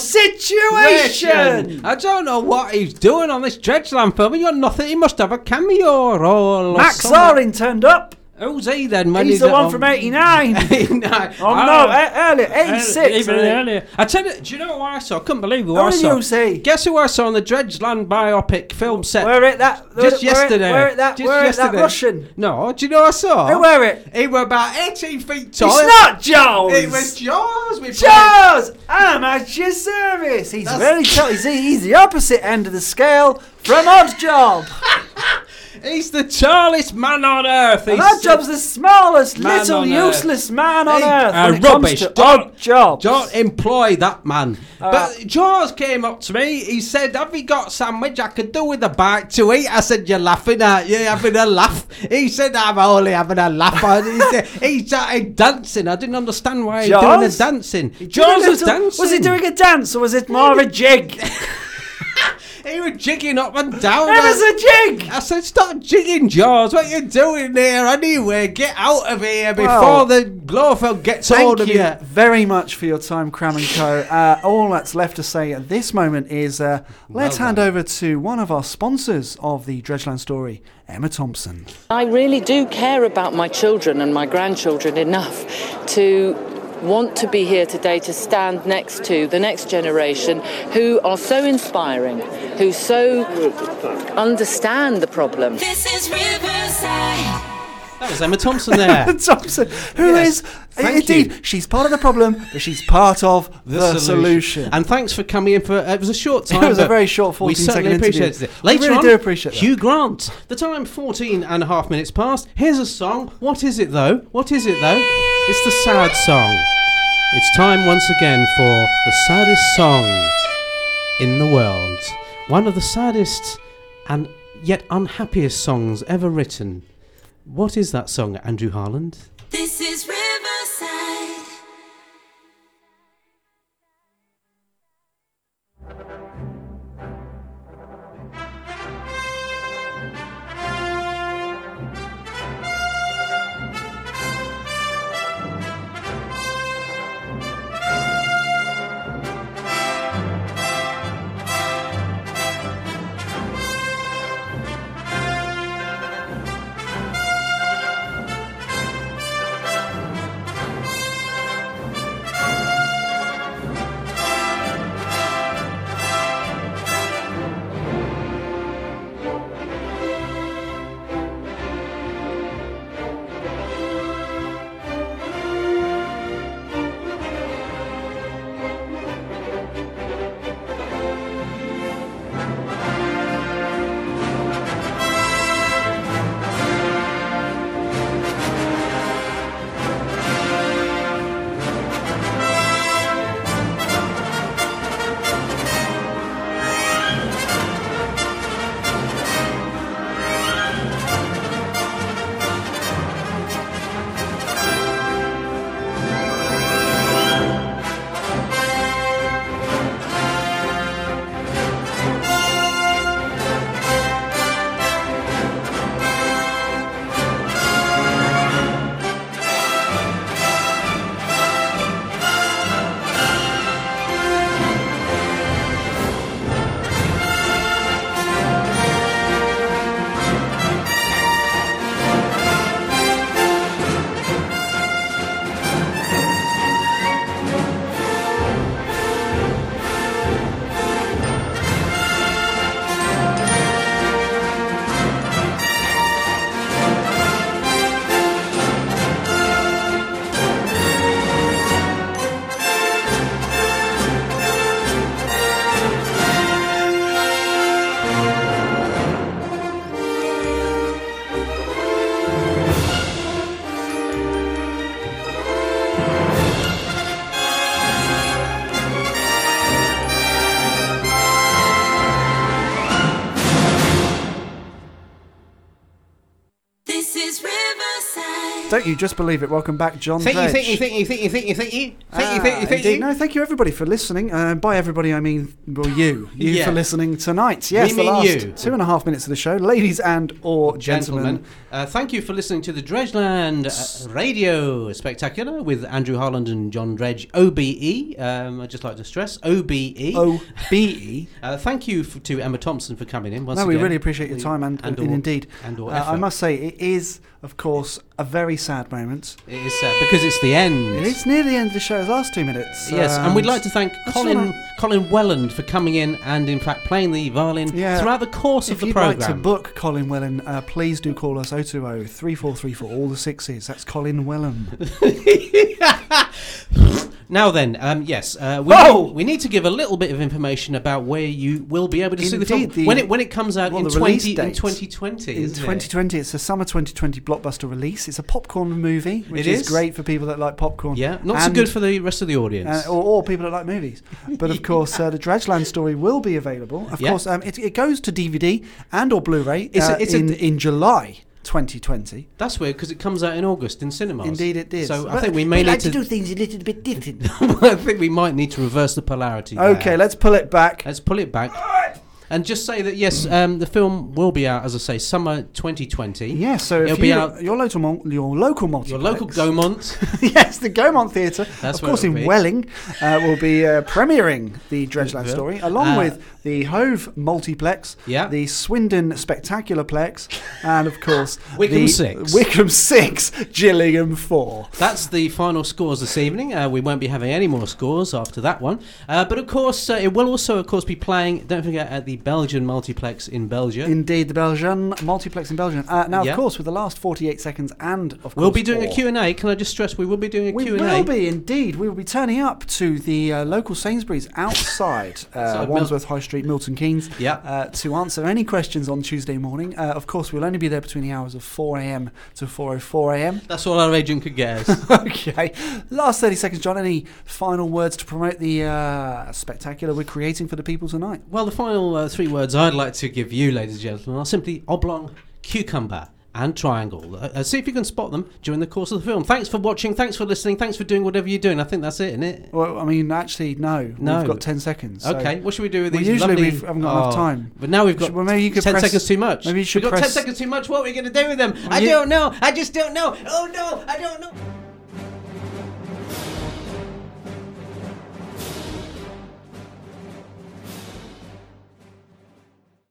[SPEAKER 2] situation.
[SPEAKER 1] I don't know what he's doing on this Dredgeland film. He got nothing. He must have a cameo role. Or
[SPEAKER 2] Max
[SPEAKER 1] something.
[SPEAKER 2] Zorin turned up.
[SPEAKER 1] Who's he then? When
[SPEAKER 2] He's the one from '89.
[SPEAKER 1] '89.
[SPEAKER 2] Oh no, e- earlier, 86.
[SPEAKER 1] Even
[SPEAKER 2] I think.
[SPEAKER 1] earlier. I tell you, do you know what I saw? I couldn't believe who
[SPEAKER 2] What
[SPEAKER 1] I
[SPEAKER 2] did
[SPEAKER 1] saw.
[SPEAKER 2] you see?
[SPEAKER 1] Guess who I saw on the Dredgeland biopic film set?
[SPEAKER 2] Where it that? where-
[SPEAKER 1] Just
[SPEAKER 2] where it-
[SPEAKER 1] yesterday.
[SPEAKER 2] Where it that?
[SPEAKER 1] Just
[SPEAKER 2] where it that
[SPEAKER 1] yesterday.
[SPEAKER 2] Russian?
[SPEAKER 1] No, do you know what I saw?
[SPEAKER 2] Who were it?
[SPEAKER 1] He were about 18 feet tall.
[SPEAKER 2] It's not Jones.
[SPEAKER 1] It was Jaws. We
[SPEAKER 2] Charles, I'm at your service. He's very tall. He's, he's the opposite end of the scale from Oddjob.
[SPEAKER 1] played- He's the tallest man on earth. He's
[SPEAKER 2] And Oddjob's the smallest,
[SPEAKER 1] Man
[SPEAKER 2] little,
[SPEAKER 1] on earth.
[SPEAKER 2] useless man on
[SPEAKER 1] Hey,
[SPEAKER 2] earth.
[SPEAKER 1] uh,
[SPEAKER 2] when it
[SPEAKER 1] rubbish.
[SPEAKER 2] Comes to
[SPEAKER 1] Don't-
[SPEAKER 2] Oddjob.
[SPEAKER 1] Don't employ that man.
[SPEAKER 2] Ah.
[SPEAKER 1] but Jaws came up to me. He said, "Have you got sandwich? I could do with a bite to eat." I said, "You're laughing at you having a laugh." He said, "I'm only having a laugh." And he, said, he started dancing. I didn't understand why he was doing the
[SPEAKER 2] Jaws?
[SPEAKER 1] dancing.
[SPEAKER 2] Did he
[SPEAKER 1] Jaws was
[SPEAKER 2] little-
[SPEAKER 1] dancing.
[SPEAKER 2] Was he doing a dance or was it more a jig?
[SPEAKER 1] He was jigging up and down.
[SPEAKER 2] It was a jig.
[SPEAKER 1] I said, stop jigging, Jaws. What you doing there anyway? Get out of here before
[SPEAKER 2] Well,
[SPEAKER 1] the Blofeld gets hold
[SPEAKER 2] Thank
[SPEAKER 1] of
[SPEAKER 2] you
[SPEAKER 1] you.
[SPEAKER 2] very much for your time, Cram and Co. Uh, all that's left to say at this moment is uh, let's hand over to one of our sponsors of the Dredgeland story, Emma Thompson.
[SPEAKER 11] I really do care about my children and my grandchildren enough to want to be here today to stand next to the next generation who are so inspiring, who so understand the problem.
[SPEAKER 10] This is Riverside.
[SPEAKER 12] That was Emma Thompson there.
[SPEAKER 2] Thompson, who is indeed she's part of the problem, but she's part of the, solution.
[SPEAKER 12] And thanks for coming in for uh, it was a short time.
[SPEAKER 2] It was a
[SPEAKER 12] but
[SPEAKER 2] very short 14
[SPEAKER 12] We certainly
[SPEAKER 2] second interview.
[SPEAKER 12] appreciated it.
[SPEAKER 2] We
[SPEAKER 12] Later
[SPEAKER 2] really
[SPEAKER 12] on,
[SPEAKER 2] do appreciate that.
[SPEAKER 12] Hugh Grant. The time 14 and a half minutes past. Here's a song. What is it though? What is it though? It's the sad song. It's time once again for the saddest song in the world. One of the saddest and yet unhappiest songs ever written. What is that song, Andrew Harland?
[SPEAKER 10] This is Riverside.
[SPEAKER 11] Riverside,
[SPEAKER 2] don't you just believe it? Welcome back, John.
[SPEAKER 1] Think you,
[SPEAKER 2] Veg.
[SPEAKER 1] think you, think you, think you, think you, think you, think you, think
[SPEAKER 2] Ah,
[SPEAKER 1] you, think
[SPEAKER 2] indeed.
[SPEAKER 1] you.
[SPEAKER 2] No, thank you everybody for listening. Uh, by everybody, I mean well, you, you
[SPEAKER 1] Yeah.
[SPEAKER 2] for listening tonight. Yes,
[SPEAKER 1] We
[SPEAKER 2] the
[SPEAKER 1] mean
[SPEAKER 2] last
[SPEAKER 1] you.
[SPEAKER 2] two and a half minutes of the show, ladies and or gentlemen.
[SPEAKER 1] Gentlemen, uh, thank you for listening to the Dredgeland uh, Radio Spectacular with Andrew Harland and John Dredge, OBE. Um, I'd just like to stress OBE.
[SPEAKER 2] O B E.
[SPEAKER 1] Uh, thank you f- to Emma Thompson for coming in. Once
[SPEAKER 2] No, we
[SPEAKER 1] again.
[SPEAKER 2] really appreciate your time and, and,
[SPEAKER 1] or-
[SPEAKER 2] indeed.
[SPEAKER 1] and or
[SPEAKER 2] Uh, I
[SPEAKER 1] effort.
[SPEAKER 2] must say, it is of course a very sad moment.
[SPEAKER 1] It is sad because it's the end.
[SPEAKER 2] It is near the end of the show's last two minutes. Um,
[SPEAKER 1] Yes, and we'd like to thank
[SPEAKER 2] that's all
[SPEAKER 1] Colin
[SPEAKER 2] right.
[SPEAKER 1] Colin Welland for coming in and, in fact, playing the violin
[SPEAKER 2] Yeah.
[SPEAKER 1] throughout the course
[SPEAKER 2] If
[SPEAKER 1] of the
[SPEAKER 2] you'd
[SPEAKER 1] program.
[SPEAKER 2] like to book Colin Wellen, uh, please do call us 020 3434 all the sixes. That's Colin Wellen.
[SPEAKER 1] Now then, um, yes, uh, we,
[SPEAKER 2] Whoa!
[SPEAKER 1] we need to give a little bit of information about where you will be able to see the film
[SPEAKER 2] Indeed, the-
[SPEAKER 1] when it when it comes out
[SPEAKER 2] well,
[SPEAKER 1] in,
[SPEAKER 2] the release
[SPEAKER 1] 20, in
[SPEAKER 2] date
[SPEAKER 1] 2020.
[SPEAKER 2] In
[SPEAKER 1] isn't it?
[SPEAKER 2] 2020, it's a summer 2020 blockbuster release. It's a popcorn movie, which
[SPEAKER 1] It
[SPEAKER 2] is.
[SPEAKER 1] is.
[SPEAKER 2] great for people that like popcorn.
[SPEAKER 1] yeah, not so
[SPEAKER 2] And-
[SPEAKER 1] good for the rest of the audience.
[SPEAKER 2] Uh, or, or people that like movies. But of course, uh, the Dredgeland story will be available. Of
[SPEAKER 1] Yeah.
[SPEAKER 2] course, um, it, it goes to DVD and or Blu-ray
[SPEAKER 1] It's a-
[SPEAKER 2] uh,
[SPEAKER 1] it's a-
[SPEAKER 2] in, in July 2020.
[SPEAKER 1] That's weird because it comes out in August in cinemas.
[SPEAKER 2] Indeed it did.
[SPEAKER 1] So I
[SPEAKER 2] But
[SPEAKER 1] think we
[SPEAKER 13] We
[SPEAKER 1] may
[SPEAKER 13] like
[SPEAKER 1] need
[SPEAKER 13] to
[SPEAKER 1] to.
[SPEAKER 13] do things a little bit different.
[SPEAKER 1] I think we might need to reverse the polarity. there.
[SPEAKER 2] Okay, let's pull it back.
[SPEAKER 1] Let's pull it back. And just say that yes, um, the film will be out, as I say, summer 2020.
[SPEAKER 2] Yeah, so
[SPEAKER 1] It'll
[SPEAKER 2] if
[SPEAKER 1] be
[SPEAKER 2] you,
[SPEAKER 1] out-
[SPEAKER 2] your local mul- your local multiplex,
[SPEAKER 1] Your local Gaumont.
[SPEAKER 2] yes, the Gaumont Theatre,
[SPEAKER 1] That's
[SPEAKER 2] of
[SPEAKER 1] where
[SPEAKER 2] course in
[SPEAKER 1] it'll be.
[SPEAKER 2] Welling, uh, will be uh, premiering the Dredgeland
[SPEAKER 1] Yeah.
[SPEAKER 2] story along
[SPEAKER 1] Uh,
[SPEAKER 2] with the Hove Multiplex,
[SPEAKER 1] Yeah.
[SPEAKER 2] the Swindon Spectacularplex, and of course
[SPEAKER 1] Wickham
[SPEAKER 2] the
[SPEAKER 1] Six.
[SPEAKER 2] Wickham Six, Gillingham Four.
[SPEAKER 1] That's the final scores this evening. Uh, we won't be having any more scores after that one. Uh, but of course, uh, it will also, of course, be playing. Don't forget at the Belgian multiplex in Belgium.
[SPEAKER 2] Indeed, the Belgian multiplex in Belgium. Uh, now,
[SPEAKER 1] Yeah.
[SPEAKER 2] of course, with the last 48 seconds and of course,
[SPEAKER 1] we'll be doing a
[SPEAKER 2] four,
[SPEAKER 1] Q and A. Can I just stress we will be doing a
[SPEAKER 2] We
[SPEAKER 1] Q and A.
[SPEAKER 2] will be indeed. We will be turning up to the uh, local Sainsbury's outside uh,
[SPEAKER 1] Mil-
[SPEAKER 2] Wandsworth High Street, Milton Keynes,
[SPEAKER 1] Yeah.
[SPEAKER 2] uh, to answer any questions on Tuesday morning. Uh, of course, we'll only be there between the hours of 4 a.m. to 4:04 a.m.
[SPEAKER 1] That's all our agent could get us.
[SPEAKER 2] okay. Last 30 seconds, John. Any final words to promote the uh, spectacular we're creating for the people tonight?
[SPEAKER 1] well, the final uh, three words I'd like to give you, ladies and gentlemen, are simply oblong, cucumber. And triangle. Uh, uh, see if you can spot them during the course of the film. Thanks for watching. Thanks for listening. Thanks for doing whatever you're doing. I think that's it, isn't it?
[SPEAKER 2] Well, I mean, actually, no.
[SPEAKER 1] No.
[SPEAKER 2] We've got 10 seconds. so-
[SPEAKER 1] okay. What should we do with
[SPEAKER 2] Well,
[SPEAKER 1] these?
[SPEAKER 2] usually
[SPEAKER 1] lovely- Oh,
[SPEAKER 2] we've- haven't got enough time.
[SPEAKER 1] But now we've got.
[SPEAKER 2] Should- well, maybe you could
[SPEAKER 1] ten
[SPEAKER 2] press-
[SPEAKER 1] seconds too much.
[SPEAKER 2] maybe you should
[SPEAKER 1] We've got ten
[SPEAKER 2] press-
[SPEAKER 1] seconds too much. What are we going to do with them? I
[SPEAKER 2] you-
[SPEAKER 1] don't know. I just don't know. Oh no, I don't know.